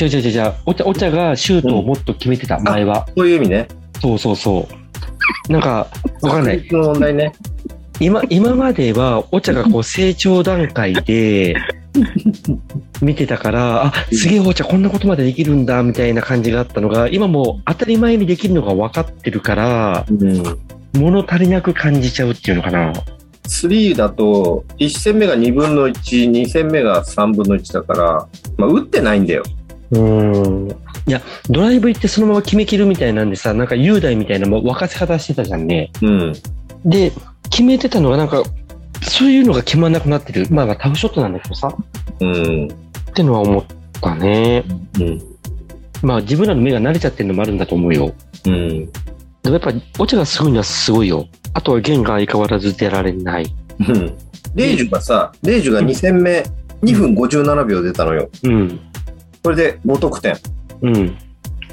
S1: 違う違う違う違う。お茶、お茶がシュートをもっと決めてた、前は。
S2: そういう意味ね。
S1: そうそうそう。なんか、わかんない。
S2: 確率の問題ね。
S1: 今、今までは、お茶がこう成長段階で、見てたから、あ、すげえお茶こんなことまでできるんだ、みたいな感じがあったのが、今もう当たり前にできるのが分かってるから、
S2: うん。
S1: 物足りなく感じちゃうっていうのかな。
S2: 3だと、1戦目が2分の1、2戦目が3分の1だから、まあ、打ってないんだよ。
S1: うん。いや、ドライブ行ってそのまま決めきるみたいなんでさ、なんか雄大みたいなもう任せ方してたじゃんね。
S2: うん。
S1: で、決めてたのがなんか、そういうのが決まんなくなってる。まあまあタフショットなんだけどさ。っ
S2: うん。
S1: てのは思ったね。
S2: うん。
S1: まあ自分らの目が慣れちゃってるのもあるんだと思うよ。
S2: うん。
S1: でもやっぱ、オチがすごいのはすごいよ。あとは弦が相変わらず出られない。
S2: うん。レイジュがさ、レイジュが2戦目、2分57秒出たのよ。
S1: うん。
S2: これで5得点。
S1: うん。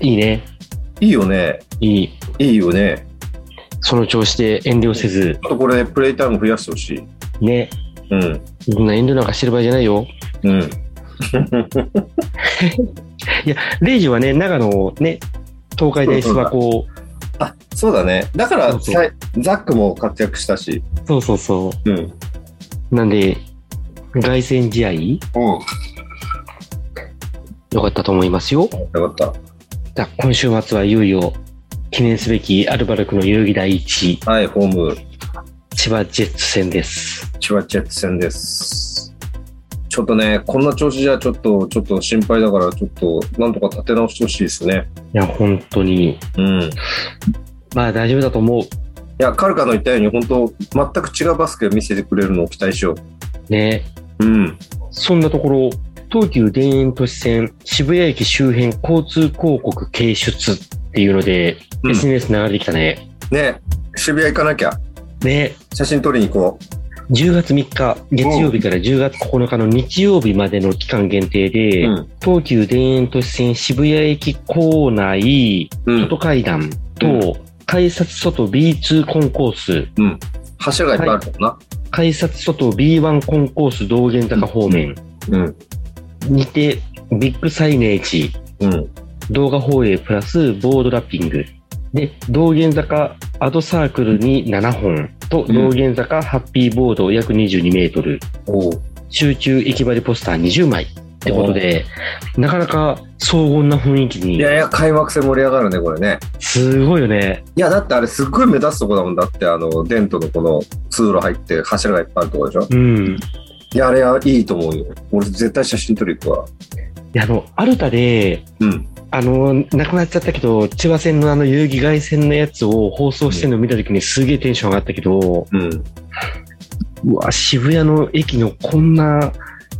S1: いいね。
S2: いいよね。
S1: いい。
S2: いいよね。
S1: その調子で遠慮せず、
S2: ちょっとこれ、プレイタイム増やしてほしい。
S1: ね。
S2: うん。
S1: そんな遠慮なんかしてる場合じゃないよ。
S2: うん。
S1: レイジはね、長野をね、東海大諏訪湖、
S2: あ、そうだね。だから、
S1: そうそう
S2: さいザックも活躍したし。
S1: そうそうそ
S2: うん。
S1: う。なんで、凱旋試合
S2: うん。
S1: 良かったと思いますよ。
S2: よかっ
S1: じゃあ今週末はいよいよ、記念すべきアルバルクの代々木第一、
S2: た。はい、ホーム、
S1: 千葉ジェッツ戦です。
S2: チワチェッツ戦です。ちょっとね、こんな調子じゃ、ちょっと、ちょっと心配だから、ちょっと、なんとか立て直してほしいですね。
S1: いや、本当に。
S2: うん。い
S1: まあ大丈夫だと思う。
S2: や、カルカの言ったように、本当全く違うバスケを見せてくれるのを期待しよ
S1: ね。
S2: う。うん。
S1: そんなところ、東急田園都市線渋谷駅周辺交通広告掲出っていうので、
S2: うん
S1: SNS 流れてきたね。
S2: ね、渋谷行かなきゃ。
S1: ね。
S2: 写真撮りに行こ
S1: 10月3日、月曜日から10月9日の日曜日までの期間限定で、
S2: うん
S1: 東急田園都市線渋谷駅構内
S2: うん
S1: 外階段と、
S2: う
S1: 改札外 B2 コンコース、
S2: 柱がいっぱいあるもんな。
S1: 改札外 B1 コンコース道玄坂方面
S2: うん。
S1: にて、ビッグサイネージ、
S2: うん。
S1: 動画放映プラスボードラッピング。で、道玄坂アドサークルに7本と、
S2: うん
S1: 道玄坂ハッピーボード約22メートル、
S2: おう。
S1: 集中駅張りポスター20枚ってことで、なかなか荘厳な雰囲気
S2: い
S1: に、
S2: やいや、開幕戦盛り上がるね、これね。
S1: すごいよね。
S2: いや、だってあれすっごい目立つとこだもん。だって、あの、デントのこの通路入って柱がいっぱいあるとこでしょ。
S1: うん。
S2: いや、あれはいいと思うよ。俺絶対写真撮り行くわ。
S1: いや、あの、アルタで、
S2: うん。
S1: あの、なくなっちゃったけど、千葉線のあの遊戯外線のやつを放送してるの見た時にすげえテンション上がったけど、
S2: うん。
S1: うわ、渋谷の駅のこんな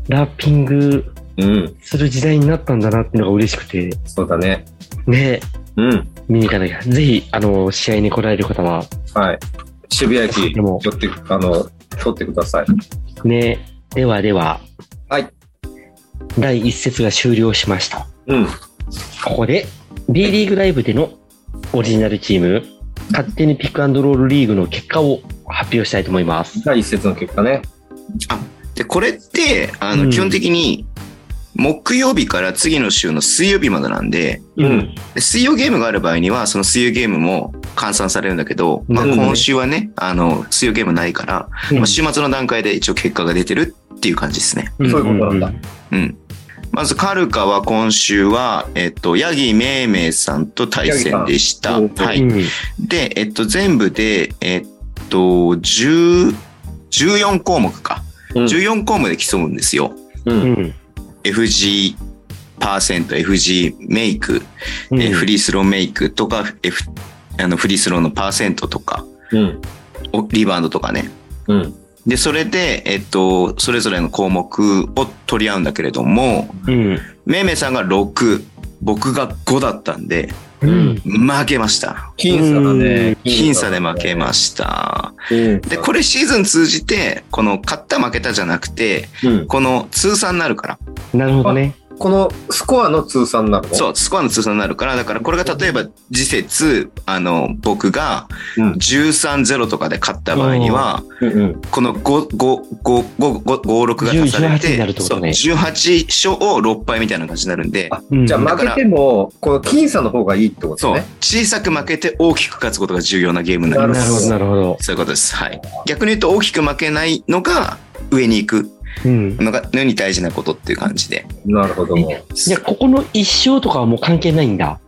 S1: ラッピング
S2: うん。
S1: する時代になったんだなっていうのが嬉しくて、
S2: そうだね。
S1: ね、
S2: うん。
S1: 見に行かなきゃ。ぜひ、あの、試合に来られる方は、
S2: はい。渋谷駅、
S1: で
S2: 寄
S1: も
S2: って、あの、撮ってください。
S1: ね、ではでは、
S2: はい。
S1: 第1節が終了しました。
S2: うん。
S1: ここで、B リーグライブでのオリジナルチーム、勝手にピックアンドロールリーグの結果を発表したいと思います。
S2: 第一節の結果ね。
S3: で、これって、あ
S1: う
S3: の、
S1: ん
S3: 基本的に、木曜日から次の週の水曜日までなんで、
S2: うん。
S3: で水曜ゲームがある場合には、その水曜ゲームも換算されるんだけど、まあ、
S1: うん
S3: 今週はね、あの、水曜ゲームないから、まあ、週末の段階で一応結果が出てるっていう感じですね。
S1: うん
S2: そういうことなんだ
S1: ん
S3: うん。まず、カルカは今週は、えっと、ヤギめいめいさんと対戦でした。
S2: ヤギさん
S3: は
S1: う
S3: い。
S1: んうん
S3: で、えっと、全部で、えっと、10 14項目か。
S2: うん
S3: 14項目で競うんですよ。
S1: う
S2: う。
S1: んん
S3: FG パーセント、FG メイク、
S1: うん
S3: えーフリースローメイクとか、F、あのフリースローのパーセントとか、
S2: うん。
S3: おリバウンドとかね。
S2: うん。
S3: で、それで、えっと、それぞれの項目を取り合うんだけれども、
S1: うん
S3: めいめいさんが6、僕が5だったんで、
S1: うん
S3: 負けました。
S2: 僅差だ
S1: うん
S2: ね。
S3: 僅差で負け
S2: す。
S3: ました。
S2: うん
S3: で、これシーズン通じて、この勝った負けたじゃなくて、
S2: うん
S3: この通算になるから。
S1: なるほどね。
S2: このスコアの通算なの
S3: そう、スコアの通算になるから、だからこれが例えば次節、あの、僕が
S2: うん
S3: 13-0とかで勝った場合には、
S2: うんうん。
S3: この5、5、5、5、5、6が足され
S1: 10 18に
S3: て
S1: なるってこ
S3: そ
S1: と
S3: う
S1: ね
S3: 18勝を6敗みたいな感じになるんで、
S2: あ
S1: うん
S2: じゃあ
S3: ま
S2: 負けても、この僅差の方がいいってこと
S3: そう
S2: ね。、
S3: 小さく負けて大きく勝つことが重要なゲームに
S1: な
S3: なり
S1: る
S3: ま
S1: ほど、
S3: す。
S1: なるほど。
S3: そういうことです。はい。逆に言うと大きく負けないのが上に行く
S1: うん。
S3: のが、のに大事なことっていう感じで。
S2: なるほど。
S1: じゃあ、ここの一勝とかはもう関係ないんだ。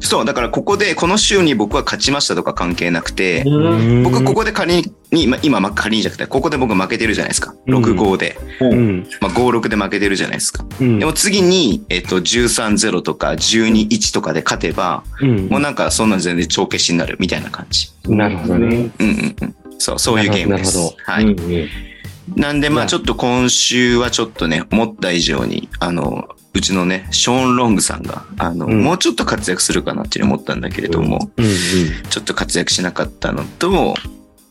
S3: そう、だからここで、この週に僕は勝ちましたとか関係なくて、
S1: うん
S3: 僕ここで仮に、ま今、ま仮にじゃなくて、ここで僕負けてるじゃないですか。
S1: うん
S3: 6-5で。
S1: うん。
S3: まあ、5-6で負けてるじゃないですか。
S1: うん
S3: でも次に、えっと、13-0とか12-1とかで勝てば、
S1: うん
S3: もうなんかそんなの全然帳消しになるみたいな感じ。
S1: なるほどね。
S3: うんうんうん。そう、そういうゲームです。
S1: なるほ
S3: は
S2: う
S3: い。
S2: んうん
S3: なんで、
S1: う
S3: まあ
S1: ん
S3: ちょっと今週はちょっとね、思った以上に、あの、うちのね、ショーン・ロングさんが、あの、
S1: うん
S3: もうちょっと活躍するかなっていうふうに思ったんだけれども、
S1: うん
S3: ちょっと活躍しなかったのと、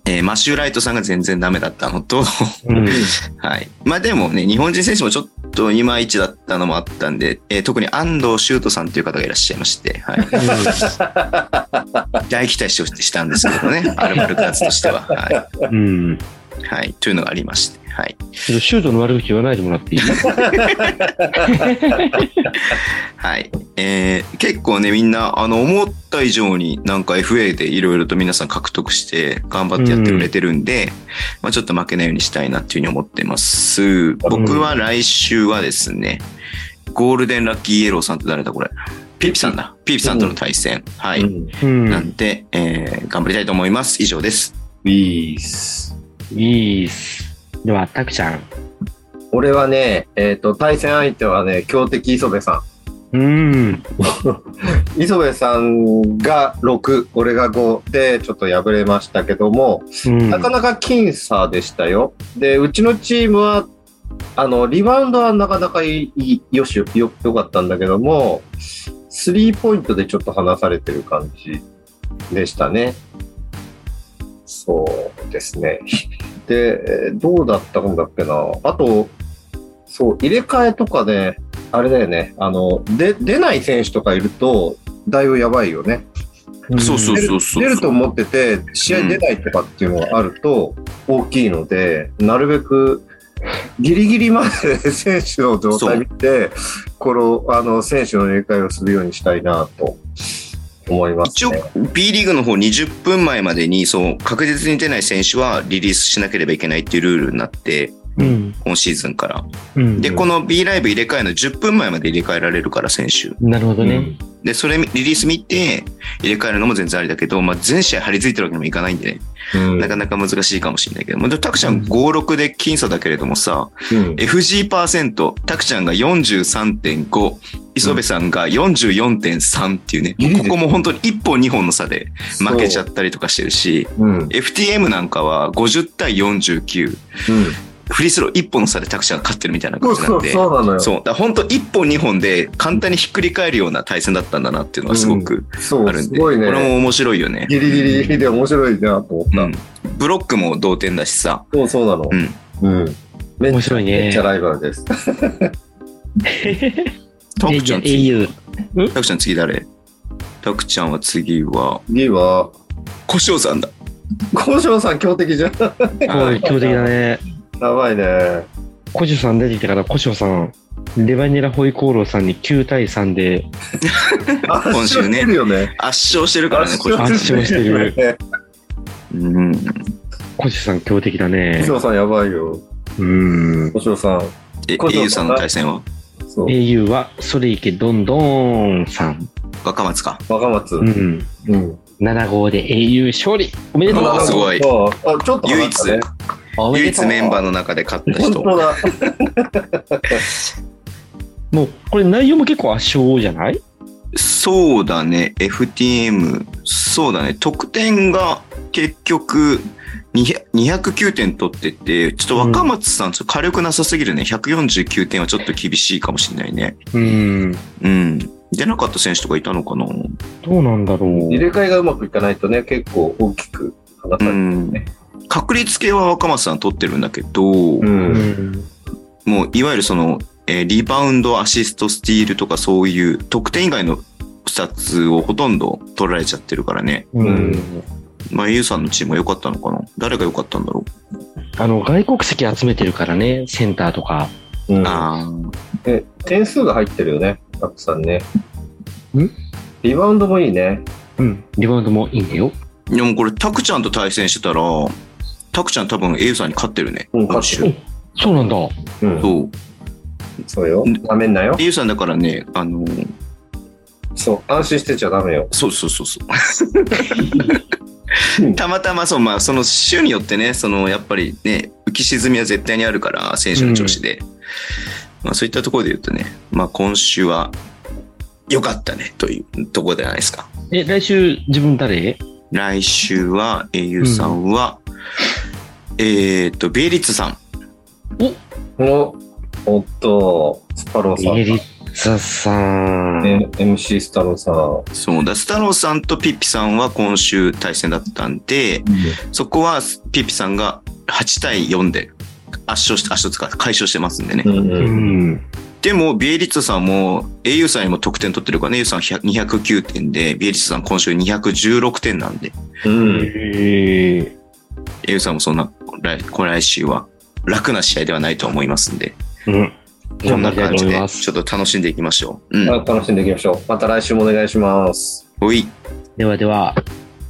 S3: えーマシュー・ライトさんが全然ダメだったのと、
S1: うん。うん
S3: はい。まあでもね、日本人選手もちょっといまいちだったのもあったんで、えー特に安藤修斗さんという方がいらっしゃいまして、はい。大期待してしたんですけどね、アルバルクアツとしては。は
S1: うん。
S3: い。はい。というのがありまして、はい。
S1: ちょっとシュートの悪口言わないでもらっていい
S3: はい。えー結構ね、みんな、あの、思った以上になんか FA でいろいろと皆さん獲得して頑張ってやってくれてるんで、まあちょっと負けないようにしたいなっていうふうに思ってます。僕は来週はですね、ゴールデンラッキーイエローさんって誰だこれピーピさんだ。ピーピさんとの対戦。は
S2: う
S3: い。
S2: ん
S1: うん
S3: なんで、えー頑張りたいと思います。以上です。
S2: いいっす。
S1: いいっす。では、たくちゃん。
S2: 俺はね、えっ、と、対戦相手はね、強敵磯部さ
S1: うん。
S2: ん。磯部さんが6、俺が5で、ちょっと敗れましたけども、
S1: うん
S2: なかなか僅差でしたよ。で、うちのチームは、あの、リバウンドはなかなかいいよしよ、よ、よかったんだけども、スリーポイントでちょっと離されてる感じでしたね。そうですね。して、えーどうだったんだっけな。あと、そう、入れ替えとかで、あれだよね。あの、で、出ない選手とかいると、だいぶやばいよね。
S3: そうそうそうそう。
S2: 出ると思ってて、試合出ないとかっていうのがあると大きいので、なるべくギリギリまで選手の状態見て、このあの選手の入れ替えをするようにしたいなと思います、
S3: 一応
S2: ね。、
S3: B リーグの方20分前までに、そう、確実に出ない選手はリリースしなければいけないっていうルールになって、
S1: うん。
S3: 今シーズンから。
S1: うん。
S3: で、この B ライブ入れ替えの10分前まで入れ替えられるから、選手。
S1: なるほどね。
S3: で、それリリース見て、入れ替えるのも全然ありだけど、まあ、全試合張り付いてるわけにもいかないんでね、
S2: うん
S3: なかなか難しいかもしれないけど、まあ、でもタクちゃん5、6で僅差だけれどもさ、
S2: うん、
S3: FG パーセント、タクちゃんが43.5、磯部さんが44.3っていうね、
S2: うん
S3: ここも本当に1本2本の差で 負けちゃったりとかしてるし、
S2: そう。うん。うん。
S3: FTM なんかは50対49、フリースロー1本の差でタクちゃんが勝ってるみたいな
S2: そ
S3: 感
S2: う
S3: じな
S2: そう、そ
S3: んで。
S2: うなのよ。そ
S3: そう。だから本当1本2本で簡単にひっくり返るような対戦だったんだなっていうのはすごくあ
S2: う、
S3: るん
S2: す
S3: で、
S2: ごい
S3: これ
S2: ね。
S3: も面白いよね。
S2: ギリギリで面白いなと思った。
S3: うん。ブロックも同点だしさ。
S2: そうそうなの。うん。めっ
S1: 面
S2: ち
S1: 白い
S2: ゃめっ
S1: ね
S2: ちゃ。ライバルです。
S3: タクちゃん次、
S1: au。
S3: タクちゃん次誰タクちゃんは次は、
S2: 次は、
S3: 小翔さんだ。
S2: 小翔さん強敵じゃん。
S1: こう強敵だね。
S2: やばいね。
S1: 古書さん出てきたから、古書さん、レバニラホイコーローさんに9対3で
S3: 今週ね
S2: 圧勝してるよね。
S3: 圧勝してるからね、
S2: 圧
S3: 小翔
S2: 勝
S3: さん。
S1: 圧勝してる。
S3: うん。
S1: 古書さん強敵だね
S2: 小。翔さんやばいよ。
S1: うん。
S2: 小翔さん。
S3: え、
S2: 小翔さん
S3: au さんの対戦は
S2: そう。
S1: au は、それいけどんどんさん。
S3: 若松か。
S2: 若松。
S1: う
S2: うん。
S1: ん。7号で au 勝利おめでとう
S3: わあすごい
S2: そうあ、ちょっと
S3: 唯
S2: 離
S3: 一
S2: れ、たね
S1: おめ
S3: 唯
S1: でと
S3: 一
S1: う
S3: メンバーの中で勝った
S2: 本
S3: 人。
S2: 当だ。
S1: もう、これ内容も結構圧勝じゃない
S3: そうだね、FTM、そうだね、得点が結局200 209点取ってて、ちょっと若松さん、ちょっと火力なさすぎるね、149点はちょっと厳しいかもしれないね。
S1: うん。
S3: うん。出なかった選手とかいたのかな
S1: どうなんだろう。
S2: 入れ替えがうまくいかないとね、結構大きく離
S3: う
S2: される。
S3: ん。確率系は若松さん取ってるんだけど、
S2: うん。
S3: もういわゆるその、えーリバウンド、アシスト、スティールとかそういう得点以外の2つをほとんど取られちゃってるからね。
S1: う
S2: うんん。
S3: まあ、ゆうさんのチームは良かったのかな誰が良かったんだろう
S1: あの、外国籍集めてるからね、センターとか。
S2: うん
S3: ああ。
S2: え、点数が入ってるよね、たくさんね。
S1: ん
S2: リバウンドもいいね。
S1: うん。リバウンドもいいんだよ。
S3: でもこれ、タクちゃんと対戦してたら、タクちゃん多分、エウさんに勝ってるね。
S2: うん
S3: 今週
S2: 勝
S1: ってそうなんだ。
S2: うん。
S3: そう。
S2: そうよ。
S3: うん
S2: ダメんなよ。
S3: エウさんだからね、あの、
S2: そう。安心してちゃダメよ。
S3: そうそうそうそう。たまたまそう、まあ、その週によってね、そのやっぱりね、浮き沈みは絶対にあるから、選手の調子で。まあ、そういったところで言うとね、まあ、今週は良かったねというところじゃないですか。
S1: え、来週自分誰
S3: 来週は、英雄さんは、えーっと、ベイリッツさん。
S2: お、おっと、スパローさん
S1: エ。リッサさん。
S2: ね MC スタローさん。
S3: そうだ、スタローさんとピッピさんは今週対戦だったんで、そこはピッピさんが8対4で圧勝して、圧勝つか、解消してますんでね。
S2: うんう。
S1: うんん。
S3: でも、ビエリッツさんも、au さんにも得点取ってるからね、au さん100 209点で、ビエリッツさん今週216点なんで、
S2: うん。
S1: へえ。
S3: au さんもそんな、来こ来週は楽な試合ではないと思いますんで、
S1: うん。
S3: こんな感
S1: 頑張りたい
S3: じ
S1: と思
S3: で
S1: い、ます
S3: ちょっと楽しんでいきましょう。うん。
S2: はい楽しんでいきましょう。また来週もお願いします。
S3: おい。
S1: ではでは、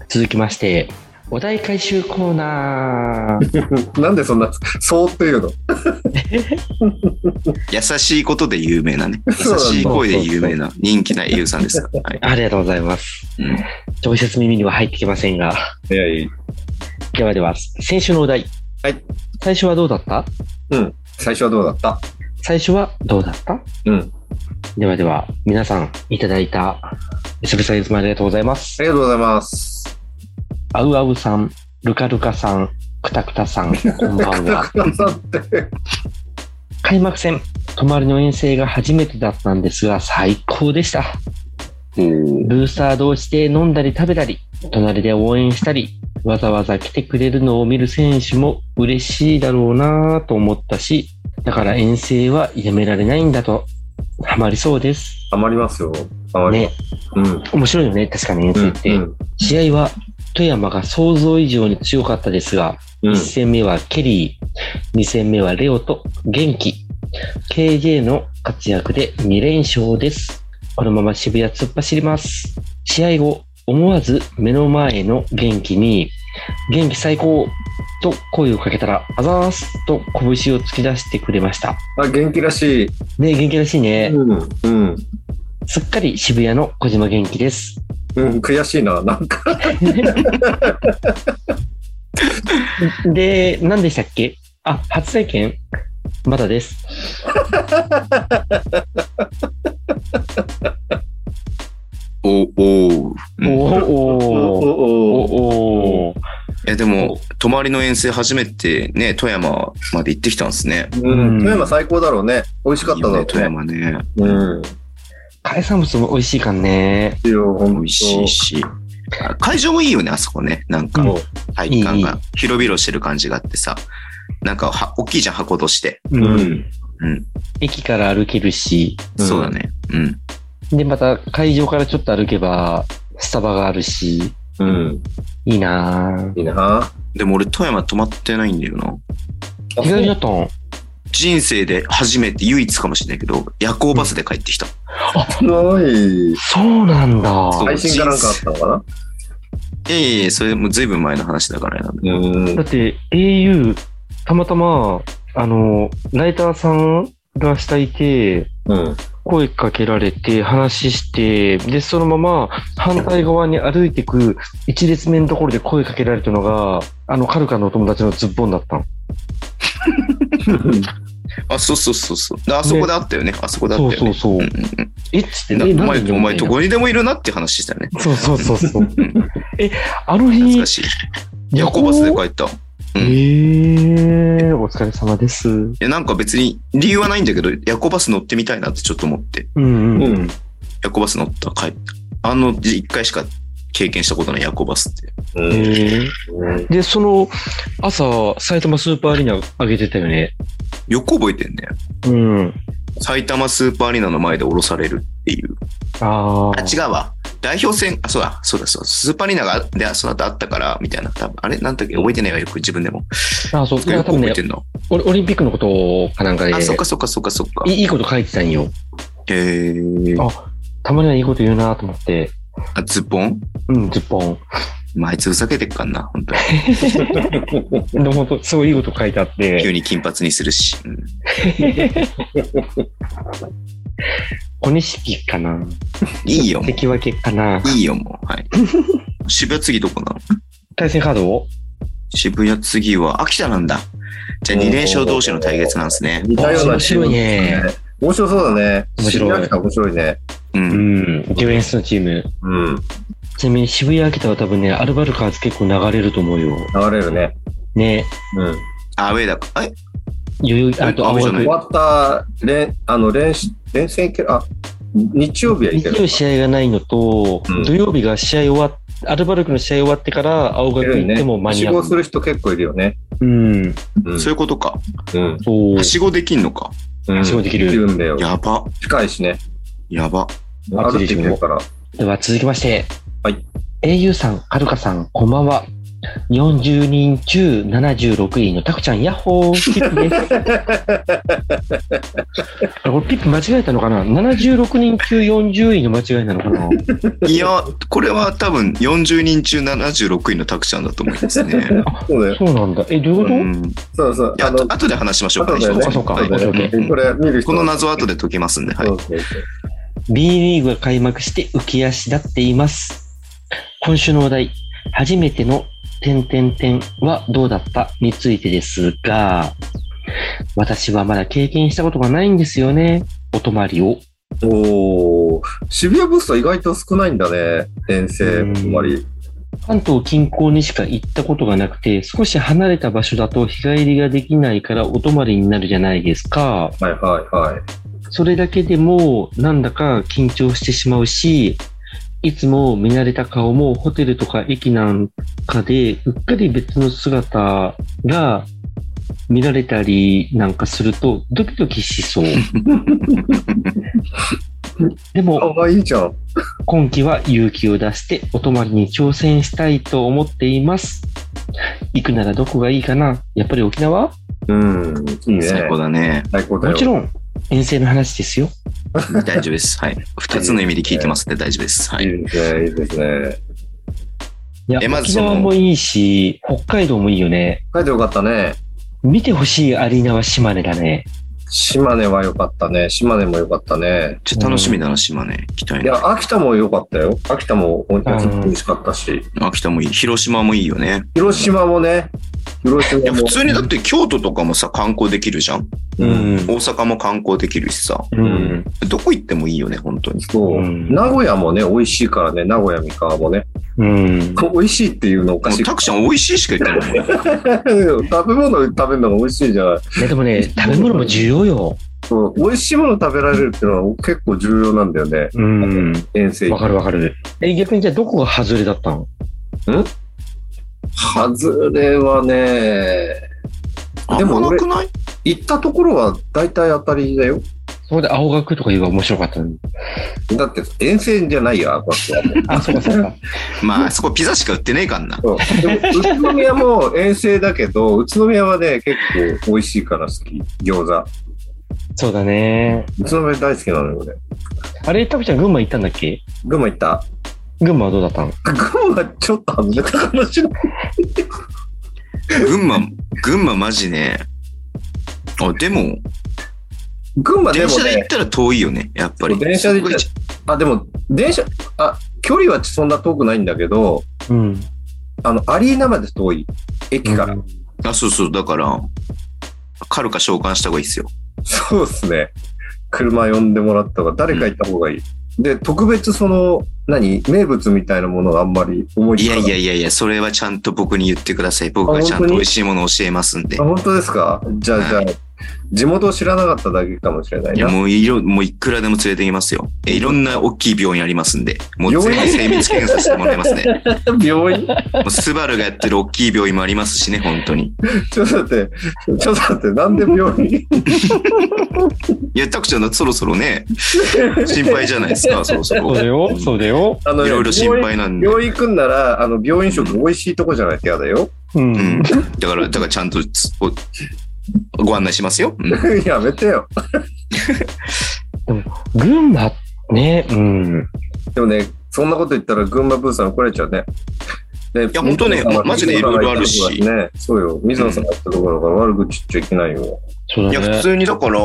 S1: 続きまして、お題回収コーナー。
S2: なんでそんな、そうっていうの
S3: 優しいことで有名なね。優
S2: そうなんだ
S3: しい声で有名な、人気な au さんです。はい。
S1: ありがとうございます。
S3: うん
S1: 直接耳には入ってきませんが。
S2: いやいや
S1: ではでは、先週のお題。
S2: はい。
S1: 最初はどうだった
S2: うん。最初はどうだった
S1: 最初はどうだった
S2: うん。
S1: ではでは、皆さんいただいた、久々にいつもありがとうございます
S2: あ。りがとうございます。
S1: あうあうさん、ルカルカさん、くたくたさん、こんばんは。
S2: くださって。
S1: 開幕戦、泊まりの遠征が初めてだったんですが、最高でした。
S3: おー
S1: ブースター同士で飲んだり食べたり、隣で応援したり、わざわざ来てくれるのを見る選手も嬉しいだろうなぁと思ったし、だから遠征はやめられないんだと、ハマりそうです。
S2: ハマりますよ。ハマり
S1: ね
S2: ま、す。うん。
S1: 面白いよね、確かに遠
S2: う
S1: 征
S2: ん
S1: って。試合は富山が想像以上に強かったですが、
S2: うん。うん
S1: 1戦目はケリー、2戦目はレオと元気、KJ の活躍で2連勝です。このまま渋谷突っ走ります。試合後、思わず目の前の元気に、元気最高と声をかけたら、あざーすと拳を突き出してくれました。
S2: あ、元気らしい。
S1: ねえ元気らしいね。
S2: うん。うん。
S1: すっかり渋谷の小島元気です。
S2: うん、悔しいな。なんか、
S1: で、何でしたっけあ、初体験まだです。おー
S2: お
S3: お、おう、うんい
S1: おー
S2: おお
S1: おー
S3: や、でも、泊まりの遠征初めてね、富山まで行ってきたんですね。
S2: うん。
S1: うん
S2: 富山最高だろうね。美味しかっ
S3: いい
S2: ただろ
S3: よね、富
S2: うね。
S3: 山ね。
S2: うん。
S1: 海産物も美味しいからね。
S2: いいよ、ほん
S3: 美味しいし。あ会場もいいよね、あそこね。なんか
S1: うん、
S3: 体育
S1: い
S3: 館
S1: いいい
S3: が広々してる感じがあってさ。なんかは、大きいじゃん、箱として。
S1: う。
S2: うんん。
S3: うん。
S1: 駅から歩けるし、
S2: うん
S3: そうだね。うん。
S1: で、また会場からちょっと歩けば、スタバがあるし、
S2: うん。
S1: いいなぁ。
S2: いいな。
S3: でも俺、富山泊まってないんだよな。
S1: 意外だったん
S3: 人生で初めて、唯一かもしれないけど、夜行バスで帰ってきた。
S2: すごい。
S1: そうなんだ。
S3: そう
S2: 配信かなんかあったのかない
S3: やいやいや、それもずいぶん前の話だからあれなんだけど
S2: うん
S1: だっ。て au、たまたま、あの、ライターさんが下いて、
S2: うん。
S1: 声かけられて、話して、で、そのまま反対側に歩いてく一列目のところで声かけられたのが、あの、カルカのお友達のズッボンだったの。
S3: あ、そうそうそうそう。であそこであったよね。あそこであった
S1: そう
S3: よ
S1: そう
S3: ね。
S1: そう
S3: う。んうんうん
S1: えっつって、
S3: な
S1: え
S3: お前、お前、ど
S1: こ
S3: こにでもいるなって話したよね。
S1: そうそうそうそう。え、あの
S3: 懐
S1: 日
S3: か、しい。夜行バスで帰った。
S1: え
S3: うん
S1: ー、お疲れ様です。うん
S3: いや、なんか別に理由はないんだけど、夜行バス乗ってみたいなってちょっと思って。
S1: うん。
S2: うん。
S3: 夜行バス乗った帰った。あの、一回しか経験したことない夜行バスって。
S2: う
S1: え
S2: ん。
S1: ー、で、その朝、埼玉スーパーアリーナ上げてたよね。
S3: よく覚えてんね。
S1: うん。
S3: 埼玉スーパーアリーナの前で降ろされるっていう。
S1: あ
S3: あ、
S1: あ。
S3: 違うわ。代表戦、あ、そうだ、そうだ、そうだ。スーパーアリーナが、で、その後あったから、みたいな。多分あれなんだっけ覚えてないわ、よく自分でも。
S1: あ、そう。
S3: よ
S1: なんか多分
S3: く覚え
S1: ね
S3: て、んの。
S1: オリオリンピックのことかなんかで、
S3: あ、そっ
S1: い
S3: かそっかそっかそっか。
S1: いいこと書いてたんよ。
S3: えー、
S1: あたまにはいいこと言うなと思って。
S3: あ、ズボン
S1: うん、10本。
S3: まあ、あいつふざけてっかんな、本当に。
S1: でも本当、すごいいいこと書いてあって
S3: 急。に金髪にするし。うん
S1: 小錦かない
S3: いよ、も
S1: 関脇かな
S3: う。いいよ、もう。はい。渋谷次どこなの
S1: 対戦カードを
S3: 渋谷次は秋田なんだ。じゃあ2連勝同士の対決なんですね。
S2: 似たようなチー
S1: 面白
S2: ム
S1: いね。
S2: 面白そうだね。
S1: 面白い
S2: 渋谷区は面白いね。
S3: う。
S1: うんん。ディフェンスのチーム。
S2: うん。
S1: ちなみに渋谷秋田は多分ね、アルバルカーズ結構流れると思うよ。
S2: 流れるね。
S1: ね。
S2: うん。
S3: アウェーだか。え
S1: 余裕、あと青
S3: 青
S1: 学
S2: 終
S3: い
S2: わった、連、あの、連、連戦いける、あ、日曜日はい
S1: 日
S2: ける
S1: 曜。試合がないのと、
S2: うん
S1: 土曜日が試合終わっアルバルクの試合終わってから青学行っても間に
S2: 死
S1: 合う。
S2: 亡する人結構いるよね。
S1: うん。
S2: うん。
S3: そういうことか。
S2: うん。
S1: そう
S3: は。しごできんのか。
S2: うん。
S1: 死亡できる
S2: いんだよ。
S3: やば。
S2: 近いしね。
S3: やば。
S2: 歩いてきてるから。
S1: では続きまして。
S2: はい。
S1: au さん、はるかさん、こんばんは。40人中76位のたくちゃん、ヤッホー、ピップです。 あれこれピップ間違えたのかな ?76 人中40位の間違いなのか ない
S3: や、これは多分40人中76位のタクちゃんだと思いますね。
S2: そうだよ。
S1: そうなんだ。え、どういうこと、
S3: うん。い
S2: そうそう。
S3: や、あと後で話しましょうか、
S2: 後だよね
S3: 石
S1: そう
S3: 本
S1: か
S3: さん
S1: そうか
S3: は
S1: オッケーオッケ
S3: ー
S2: これ見る
S3: い
S2: 人
S3: この謎は後で解けますんで、はい
S2: そ。うそうそう
S1: B リーグが開幕して浮き足立っています。今週のお題、初めての点点点はどうだったについてですが、私はまだ経験したことがないんですよね。お泊まりを。
S2: おー渋谷ブースは意外と少ないんだね。遠征、
S1: うん
S2: 泊まり。
S1: 関東近郊にしか行ったことがなくて、少し離れた場所だと日帰りができないからお泊まりになるじゃないですか。
S2: はいはいはい。
S1: それだけでも、なんだか緊張してしまうし、いつも見慣れた顔もホテルとか駅なんかでうっかり別の姿が見られたりなんかするとドキドキし そう。で
S2: か
S1: も
S2: わいいじゃん。
S1: 今期は勇気を出してお泊まりに挑戦したいと思っています。行くならどこがいいかなやっぱり沖縄
S2: うん、いいね。
S3: 最高だね。
S2: 最高だよ。
S1: もちろん遠征の話ですよ。
S3: 大丈夫です。はい。二つの意味で聞いてますんで大丈夫です。はいい。
S2: いですね、いいですね。
S1: いや
S3: えまず
S1: 沖
S3: その
S1: 縄もいいし北海道もいいよね。
S2: 書いてよかったね。
S1: 見てほしいアリーナは島根だね。
S2: 島根は良かったね。島根も良かったね。
S3: ちょっと楽しみだな、島根。行きたい
S2: い
S3: な。
S2: や、秋田も良かったよ。秋田も美味しかったし。
S3: 秋田もいい。広島もいいよね。
S2: 広島もね。広
S3: い
S2: 島
S3: や、
S2: も
S3: 普。通にだって京都とかもさ、観光できるじゃん。
S2: うん。
S3: 大阪も観光できるしさ。
S1: うん。
S3: どこ行ってもいいよね、本当に。
S2: そう、
S1: うん
S2: 名古屋もね、美味しいからね、名古屋三河もね。
S1: うん。
S2: 美味しいっていうのおか
S3: も
S2: し
S3: う
S2: い。
S3: タクちゃん美味しいしか言ってないもんね。
S2: 食べ物食べるのが美味しいじゃない。
S1: いやでもね、食べ物も重要よ。
S2: そう美味しいもの食べられるっていうのは結構重要なんだよね。
S1: うん。
S2: 遠征
S1: わかるわかる。え、逆にじゃあどこが外れだったの
S2: ハズレはね、
S3: あ
S2: で
S3: ん
S2: も
S3: ま
S2: 俺
S3: なくない
S2: 行ったところは大体当たりだよ。
S1: そこで青学とか言えば面白かったのに。
S2: だって遠征じゃないよ、あここは。
S1: あ、そうかそうか。
S3: まあ、あそこピザしか売ってねえかん な。
S2: そうでも宇都宮も遠征だけど、宇都宮はね、結構美味しいから好き。餃子。
S1: そうだね。
S2: 宇都宮大好きなのよ、俺。
S1: あれ、タクちゃん群馬行ったんだっけ
S2: 群馬行った
S1: 群馬はどうだったの
S2: 群馬ちょっと外れた話だ
S3: 群馬、群馬マジね。あ、でも、
S2: 群馬で
S3: 電
S2: も
S3: 車で行っ
S2: ね、
S3: たら遠いよね、やっぱり。
S2: 電車で行ったら
S3: そこ
S2: あ、でも、電車、あ、距離はそんな遠くないんだけど、
S1: うん。
S2: あの、アリーナまで遠い。駅から。
S3: 一あ、そうそう、だから、カルカ召喚した方がいいですよ。
S2: そうですね。車呼んでもらった方が、誰か行った方がいい。で、特別その、何名物みたいなものがあんまり思い
S3: い
S2: つか
S3: や
S2: ない
S3: いやいやいや、それはちゃんと僕に言ってください。僕がちゃんと美味しいものを教えますんで
S2: あ。本当ですかじゃあ、じゃあ、地元を知らなかっただけかもしれない
S3: い
S2: な
S3: や、。もういろ、もういくらでも連れてきますよ。えいろんな大きい病院ありますんで、もう全
S2: 病
S3: 部
S2: 院
S3: 精密検査してもらいます ね。
S2: 病院
S3: もうスバルがやってる大きい病院もありますしね、本当に。
S2: ちょっと待って、ちょっと待って、なんで病 院
S3: いや、タクちゃんだってそろそろ ね、心配じゃないです か、そろそ
S1: そうだ
S3: ろ。
S1: よ、そうだよ。
S2: あの
S3: いろいろ心配なんで。
S2: 病院病院行くんなら、あの、病院食美味しいとこじゃないと嫌だよ。
S1: う
S3: うんん。。だから、だからちゃんとつおご案内しますよ。うん。
S2: やめてよ。
S1: 群馬、ね、うん。
S2: でもね、そんなこと言ったら群馬ブーさん怒られちゃうね。で
S3: や本当
S2: 水野
S3: ね
S2: さんは
S3: マジでいろいろあるし
S2: 水野さんが行ったところだねそうよ。水野さんが行ったところから悪口言っちゃいけないよ。
S1: そう
S3: い
S1: だ
S3: や、
S1: ね。
S3: 普通にだから、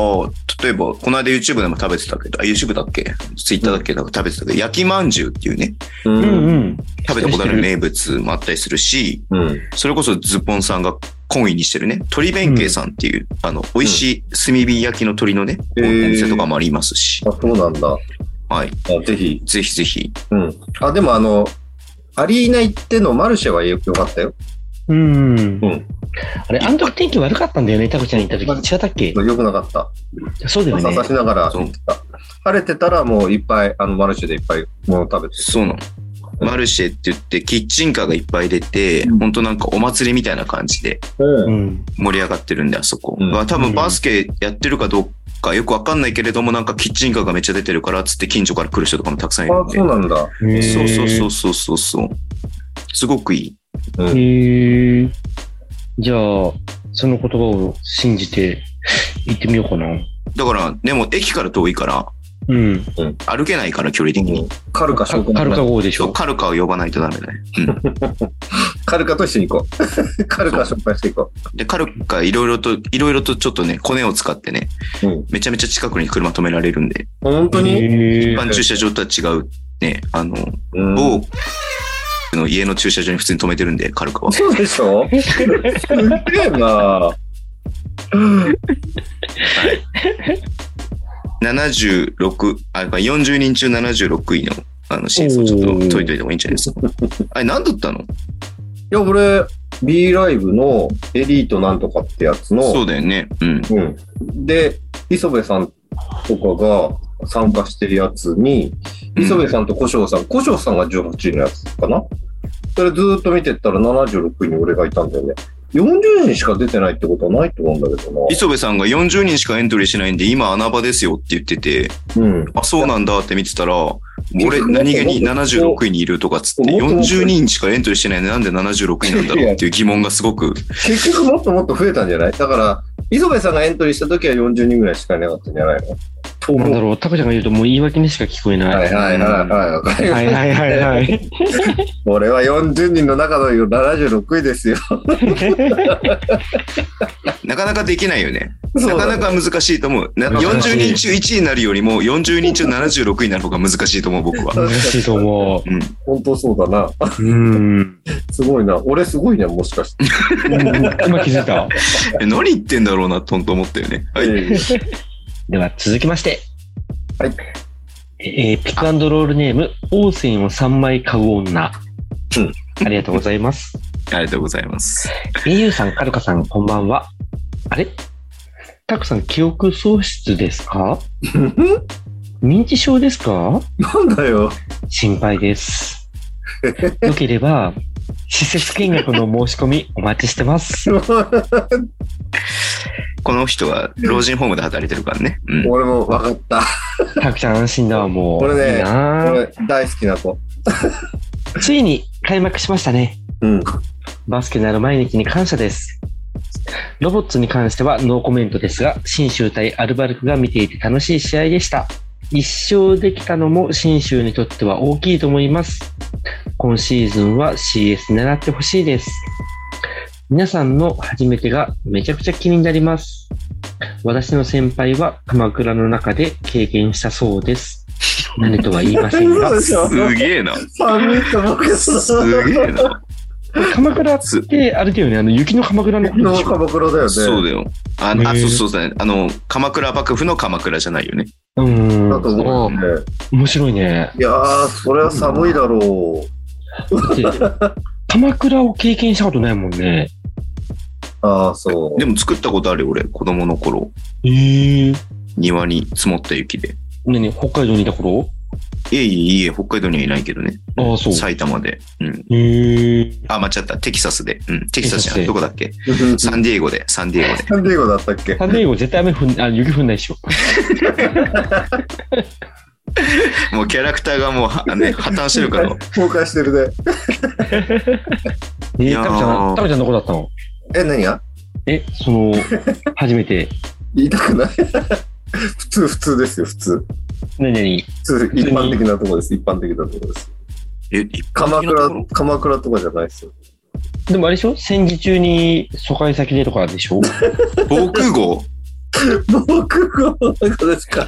S3: 例えば、この間 YouTube でも食べてたけど、あ、YouTube だっけ ?Twitter だっけなんか食べてたけど、焼きまんじゅうっていうね、
S2: う。
S1: うんん
S3: 食べたことある名物もあったりするし、
S2: うん。
S3: それこそズッポンさんが懇意にしてるね、鶏弁慶さんっていう、あの、美味しい炭火焼きの鶏のね、
S2: へー
S3: お店とかもありますし、
S2: あ、そうなんだ。
S3: はい。
S2: あぜひ。
S3: ぜひぜひ。
S2: うん。あ、でもあの、アリーナ行ってのマルシェはよよかったよ。
S1: うん。うん
S2: うん。
S1: あれ、あの時天気悪かったんだよね、タクちゃん行った時。違ったっけ
S2: よくなかった。
S1: そうだよ
S2: 傘
S1: ね
S2: 差。しながら行ってた。晴れてたらもういっぱい、あの、マルシェでいっぱいもの食べて。
S3: そうなの。マルシェって言って、キッチンカーがいっぱい出て、ほんとなんかお祭りみたいな感じで
S2: う。
S1: うんん。
S3: 盛り上がってるんで、あそこ。
S2: うん
S3: が多分バスケやってるかどうかよくわかんないけれども、なんかキッチンカーがめっちゃ出てるから、つって近所から来る人とかもたくさんいるん
S2: あ、
S3: で
S2: そう。なんだ。
S3: そうそう
S1: へ
S3: そ
S1: ー
S3: うそうそうそう。すごくいい。
S2: うん
S1: へえ。じゃあ、その言葉を信じて行ってみようかな。
S3: だから、でも駅から遠いから、
S1: うん。
S3: 歩けないから距離的に。
S2: カルカ
S1: カ
S2: 紹介。
S1: ルカ号でし
S3: そう
S1: ょ。
S3: カルカを呼ばないとダメだね。う
S2: カルカと一緒に行こう。 カルカ紹介していこ
S3: ん。で、カルカいろいろと、いろいろとちょっとね、コネを使ってね、
S2: う。うん。
S3: めちゃめちゃ近くに車止められるんで、
S2: 本当に
S1: へ
S3: 一
S1: ー
S3: 般駐車場とは違う、ね、あの、
S2: うん
S3: 某、の家の駐車場に普通に止めてるんで、カルカは。
S2: そうでしょすげえな
S3: 76、あ、40人中76位の、あの、真相ちょっと解いといた方がいいんじゃない ですか。あれ、何だったの
S2: いや、俺、B ライブのエリートなんとかってやつの、
S3: そうだよね。うん。
S2: うん。で、磯部さんとかが参加してるやつに、磯部さんと古生さん、古生さんが18位のやつかなそれずーっと見てったら76位に俺がいたんだよね。40人しか出てないってことはないと思うんだけどな。
S3: 磯部さんが40人しかエントリーしないんで、今穴場ですよって言ってて、
S2: うん。
S3: あ、そうなんだって見てたら、俺
S2: え
S3: 何気に76位にいるとかっつって、
S2: もっともっと
S3: 40人しかエントリーしてないんでなんで76位なんだろうっていう疑問がすご く、
S2: 結局もっともっと増えたんじゃないだから、磯部さんがエントリーした時は40人ぐらいしかいなかったんじゃないのと
S1: なんだ
S2: 思う。
S1: ろう、タカちゃんが言うともう言い訳にしか聞こえない。
S2: はいはいはいはい。わかりま
S1: は
S2: し
S1: い
S2: た。
S1: はいはいはい。
S2: 俺は40人の中の76位ですよ。
S3: なかなかできないよね。
S2: そ
S3: な
S2: う
S3: か
S2: だ
S3: な
S2: ね
S3: か難しいと思う。な
S1: 難しい
S3: 40人中1位になるよりも、40人中76位になる方が難しいと思う、僕は。
S1: 難しいと思
S3: うん。
S2: 本当そうだな。
S1: う。 うん。
S2: すごいな。俺すごいね、もしかして。
S1: 今気づいた。
S3: え何言ってんだろうな、とんと思ったよね。はい。
S1: では続きまして。
S2: はい。
S1: えーピックアンドロールネーム、王線を3枚買う女。
S2: うん。
S1: ありがとうございます。
S3: ありがとうございます。
S1: au さん、カルカさん、こんばんは。あれタクさん、記憶喪失です か認知症ですか
S2: なんだよ。
S1: 心配 です。よければ、施設見学の申し込みお待ちして ます。
S3: この人は老人ホームで働いてるからね。うん。
S2: 俺も分かった。
S1: タクちゃん安心だわ、もう。
S2: これね
S1: いいな
S2: 俺大好きな子。
S1: ついに開幕しましたね。
S2: うん。
S1: バスケなる毎日に感謝です。ロボッツに関してはノーコメントですが、新州対アルバルクが見ていて楽しい試合でした。一勝できたのも新州にとっては大きいと思います。今シーズンは CS 狙ってほしいです。皆さんの初めてがめちゃくちゃ気になります。私の先輩は鎌倉の中で経験したそうです。何とは言いませんが
S2: そう、ですよ
S3: すげえな。
S2: 寒いと僕
S3: すげえな。
S1: 鎌倉ってあれだよね、あの雪の鎌倉のことで
S2: の
S1: しょ
S2: 鎌倉だよね。
S3: そうだよ。あ、
S1: ね
S3: あそうそうだね。あの、鎌倉幕府の鎌倉じゃないよね。
S1: う
S2: だと
S1: ー。
S2: 思うんんで。
S1: 面白いね。
S2: いやー、それは寒いだろう。
S1: だって鎌倉を経験したことないもんね。
S2: ああ、そう
S3: で。も作ったことあるよ、俺。子供の頃。
S1: ええ
S3: 庭に積もった雪で。
S1: ねね、北海道にいた頃
S3: いえいえいえ、北海道にはいないけどね。
S1: ああ、そう。
S3: 埼玉で。うん。
S1: ええ
S3: あ、間違った。テキサスで。うん。テキサスじゃ
S1: テキサスで
S3: ん。どこだっけサ
S2: サ
S3: ンディエゴで。サンディエゴで。
S2: ンディエゴだったっけ
S1: サンディエゴ絶対雨降ん、 あ、雪降んないでしょ。
S3: もうキャラクターがもうは、ね、破綻して るから。
S2: 公開してるね。
S1: え
S3: い
S1: え
S3: やー
S1: タコちゃん、タコちゃんどこだったの
S2: え、何が
S1: え、その、初めて。
S2: 言いたくない 普通、普通ですよ、普通。
S1: ねねに。
S2: 普通、一般的なとこです。一般的なとこです。
S3: え、一
S2: 鎌
S3: 般的なとこ
S2: 倉
S3: ろ、
S2: 鎌倉とかじゃないですよ。
S1: でもあれでしょ戦時中に疎開先でとかでしょ
S3: 防空壕
S2: 僕の中ですか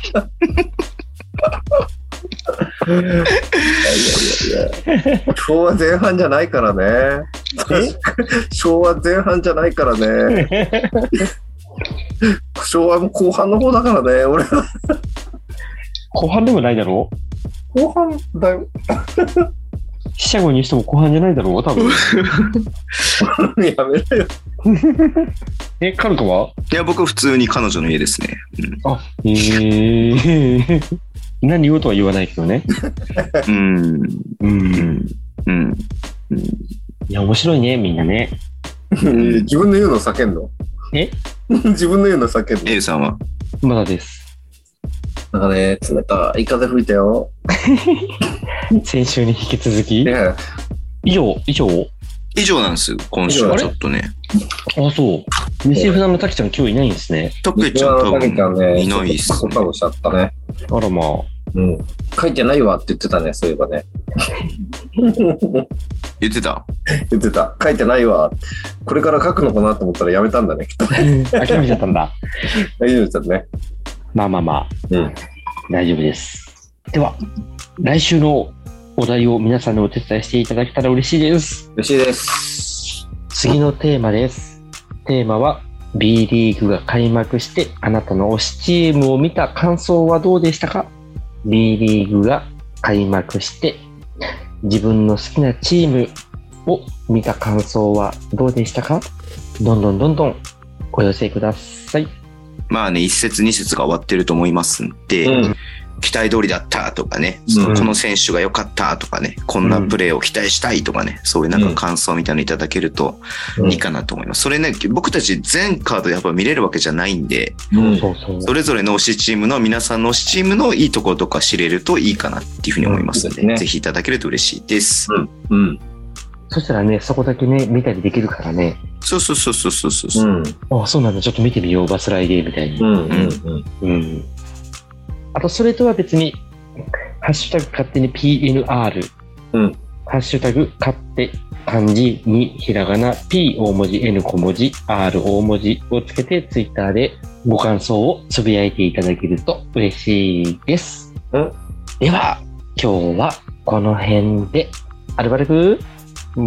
S2: いやいやいやいや。昭和前半じゃないからね。昭和前半じゃないからね。昭和も後半の方だからね。俺は
S1: 後半でもないだろ
S2: 後半だよ。
S1: 死者後にしても後半じゃないだろう多分。
S2: やめろよ。
S1: え、カルカはい
S3: や、僕普通に彼女の家ですね。うん
S1: あ、ええ 何をとは言わないけどね。。
S3: うん。
S1: う。
S3: うんん。うん。うん
S1: いや、面白いね、みんなね。
S2: 自分の言うの叫んの
S1: え
S2: 自分の言うの叫んの
S3: A さんは
S1: まだです。
S2: なんかね、冷たい風吹いたよ。
S1: 先週に引き続き。
S2: ね
S1: 以上、以上。
S3: 以上なんですよ、今週
S2: 以上
S3: は
S1: あれ
S3: ちょっとね。
S1: あ、そう。西船の滝ちゃん今日いないんですね。
S3: たけちゃん多分いないっす
S2: そ
S3: ね。
S2: かもしちゃったね。
S1: あらまあ。
S2: うん。書いてないわって言ってたね、そういえばね。
S3: 言ってた
S2: 言ってた。書いてないわ。これから書くのかなと思ったらやめたんだね、きっと。
S1: 諦めちゃったんだ。
S2: 大丈夫だね。
S1: まあまあまあ、
S2: うん。
S1: 大丈夫です。では、来週のお題を皆さんにお手伝いしていただけたら嬉しいです。
S2: 嬉しいです。
S1: 次のテーマです。テーマは、B リーグが開幕して、あなたの推しチームを見た感想はどうでしたか ?B リーグが開幕して、自分の好きなチームを見た感想はどうでしたかどんどんどんどんお寄せください。
S3: まあね、一節二節が終わってると思いますんで、
S2: うん。
S3: 期待通りだったとかね、
S2: うん
S3: この選手が良かったとかね、こんなプレーを期待したいとかね、そういうなんか感想みたいなのいただけると
S2: うん
S3: いいかなと思います。それね、僕たち全カードやっぱ見れるわけじゃないんで、
S2: うん
S1: そうそう。
S3: それぞれの推しチームの皆さんの推しチームのいいところとか知れるといいかなっていうふうに思いますので、
S2: うんそうですね
S3: ぜひいただけると嬉しいです。
S2: うん。
S1: そしたらね、そこだけね、見たりできるからね。
S3: そうそうそうそうそうそうう、
S2: ん。
S1: あそうなんだ。ちょっと見てみよう。バスライデーみたいに
S2: う。ん。うん。
S1: うん。あと、それとは別に、ハッシュタグ勝手に PNR。
S2: うん。
S1: ハッシュタグ勝手、漢字にひらがな、P 大文字、N 小文字、R 大文字をつけて、ツイッターでご感想をつぶやいていただけると嬉しいです。
S2: うん
S1: では、今日はこの辺で、アルバルク、ウ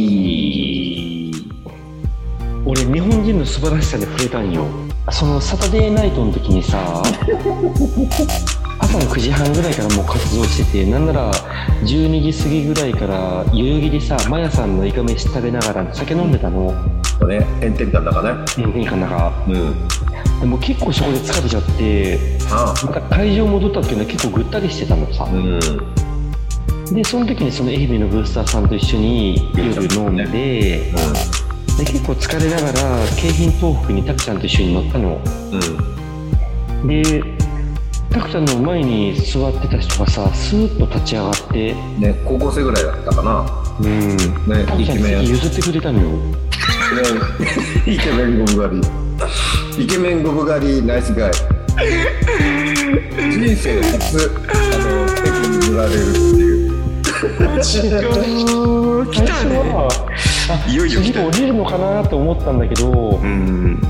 S1: ィー俺日本人の素晴らしさに触れたんよそのサタデーナイトの時にさ 朝の9時半ぐらいからもう活動しててなんなら12時過ぎぐらいから代々木でさマヤさんのイカ飯食べながら酒飲んでたの
S2: そうね。炎天下の中ね。
S1: うんいいかなんか
S2: うん。
S1: でも結構そこで疲れちゃって
S2: あ
S1: また会場戻った時には結構ぐったりしてたのさ
S2: あ。うん。
S1: でその時にその愛媛のブースターさんと一緒に夜飲んでで結構疲れながら京浜東北にタクちゃんと一緒に乗ったの
S2: う
S1: でタクちゃんの前に座ってた人がさスーッと立ち上がって
S2: ん。ね、高校生ぐらいだったかな。
S1: うん
S2: ね
S1: タクちゃんに
S2: イケメン
S1: 席譲ってくれたのよ
S2: イケメンゴブ狩り。イケメンゴブ狩り、ナイスガイ。人生初、あの、敵に塗られるっていう。
S1: 最初は、あ
S3: いよいよ来
S1: 次
S3: た
S1: 降りるのかなと思ったんだけど、
S3: うん。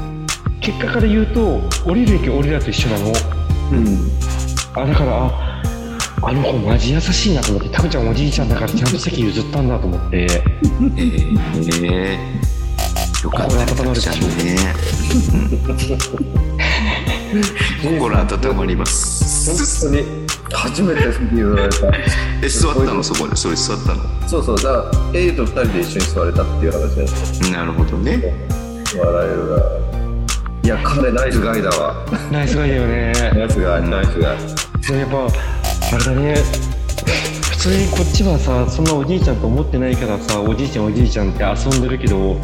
S1: 結果から言うと降りる駅俺らと一緒なの
S2: うん。
S1: あだからああの子マジ優しいなと思ってタクちゃんおじいちゃんだからちゃんと席譲ったんだと思って
S3: えー、えー、よかった
S1: 心温まる
S3: じゃんね。うん心温まります。
S2: 本当に、初めて敵に塗られた。
S3: え、座ったのそこで、それ座ったの。
S2: そうそう、だから、エイと二人で一緒に座れたっていう話なんです
S3: なるほどね。
S2: よ。笑えるな。いや、彼、ナイスガイだわ。
S1: ナイスガイだよね
S2: ナイスガイ、ナイスガイ。
S1: でもやっぱあれだね普通にこっちはさそんなおじいちゃんと思ってないからさおじいちゃんおじいちゃんって遊んでるけど
S3: う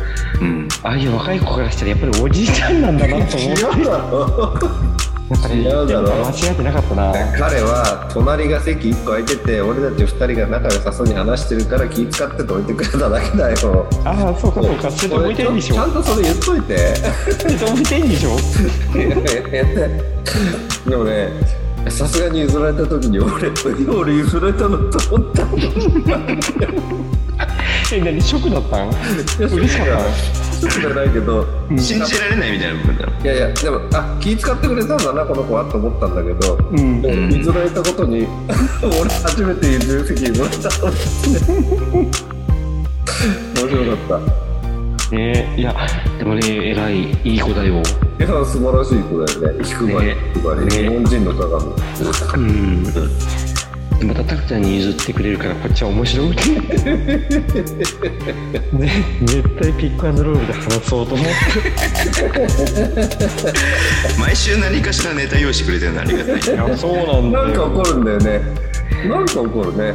S3: ん。
S1: ああいう若い子からしたらやっぱりおじいちゃんなんだなと思ってやっ
S2: 違うだろ
S1: ぱり
S2: 違うだろ
S1: 間違えてなかったな
S2: 彼は隣が席1個空いてて俺たち2人が仲良さそうに話してるから気遣ってどいてくれただけだよ
S1: ああそうかそうかそれと置いてるんでしょ
S2: ちゃんとそれ言っといて
S1: それと置いてるんでしょ
S2: でもねさすがに譲られた時に俺俺譲られたのと思ったんだよ
S1: え何ショックだったん嬉しかった
S2: そうじゃないけど
S3: 信じられないみたいな部分だろ。
S2: いやいやでもあ気遣ってくれたんだなこの子はと思ったんだけど
S1: うん
S2: でも譲られたことに俺初めて譲る席譲られたと思って面白かった
S1: ねいやでもね偉いいい子だよ
S2: いや素晴らしい子だよね。気配り、
S1: ね
S2: 気配り、日
S1: ね
S2: 本人の鏡。
S1: うんまたタクちゃんに譲ってくれるからこっちは面白い ね絶対ピックアンドロールで話そうと思って
S3: 毎週何かしらネタ用意してくれてるのありがた
S1: い
S3: い。
S1: やそうなんだ
S2: なんか
S1: よ
S2: 怒るんだよね。なんか怒るね。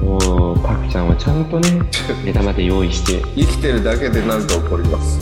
S1: もうパクちゃんはちゃんと ねネタまで用意して
S2: 生きてるだけでなんか怒ります。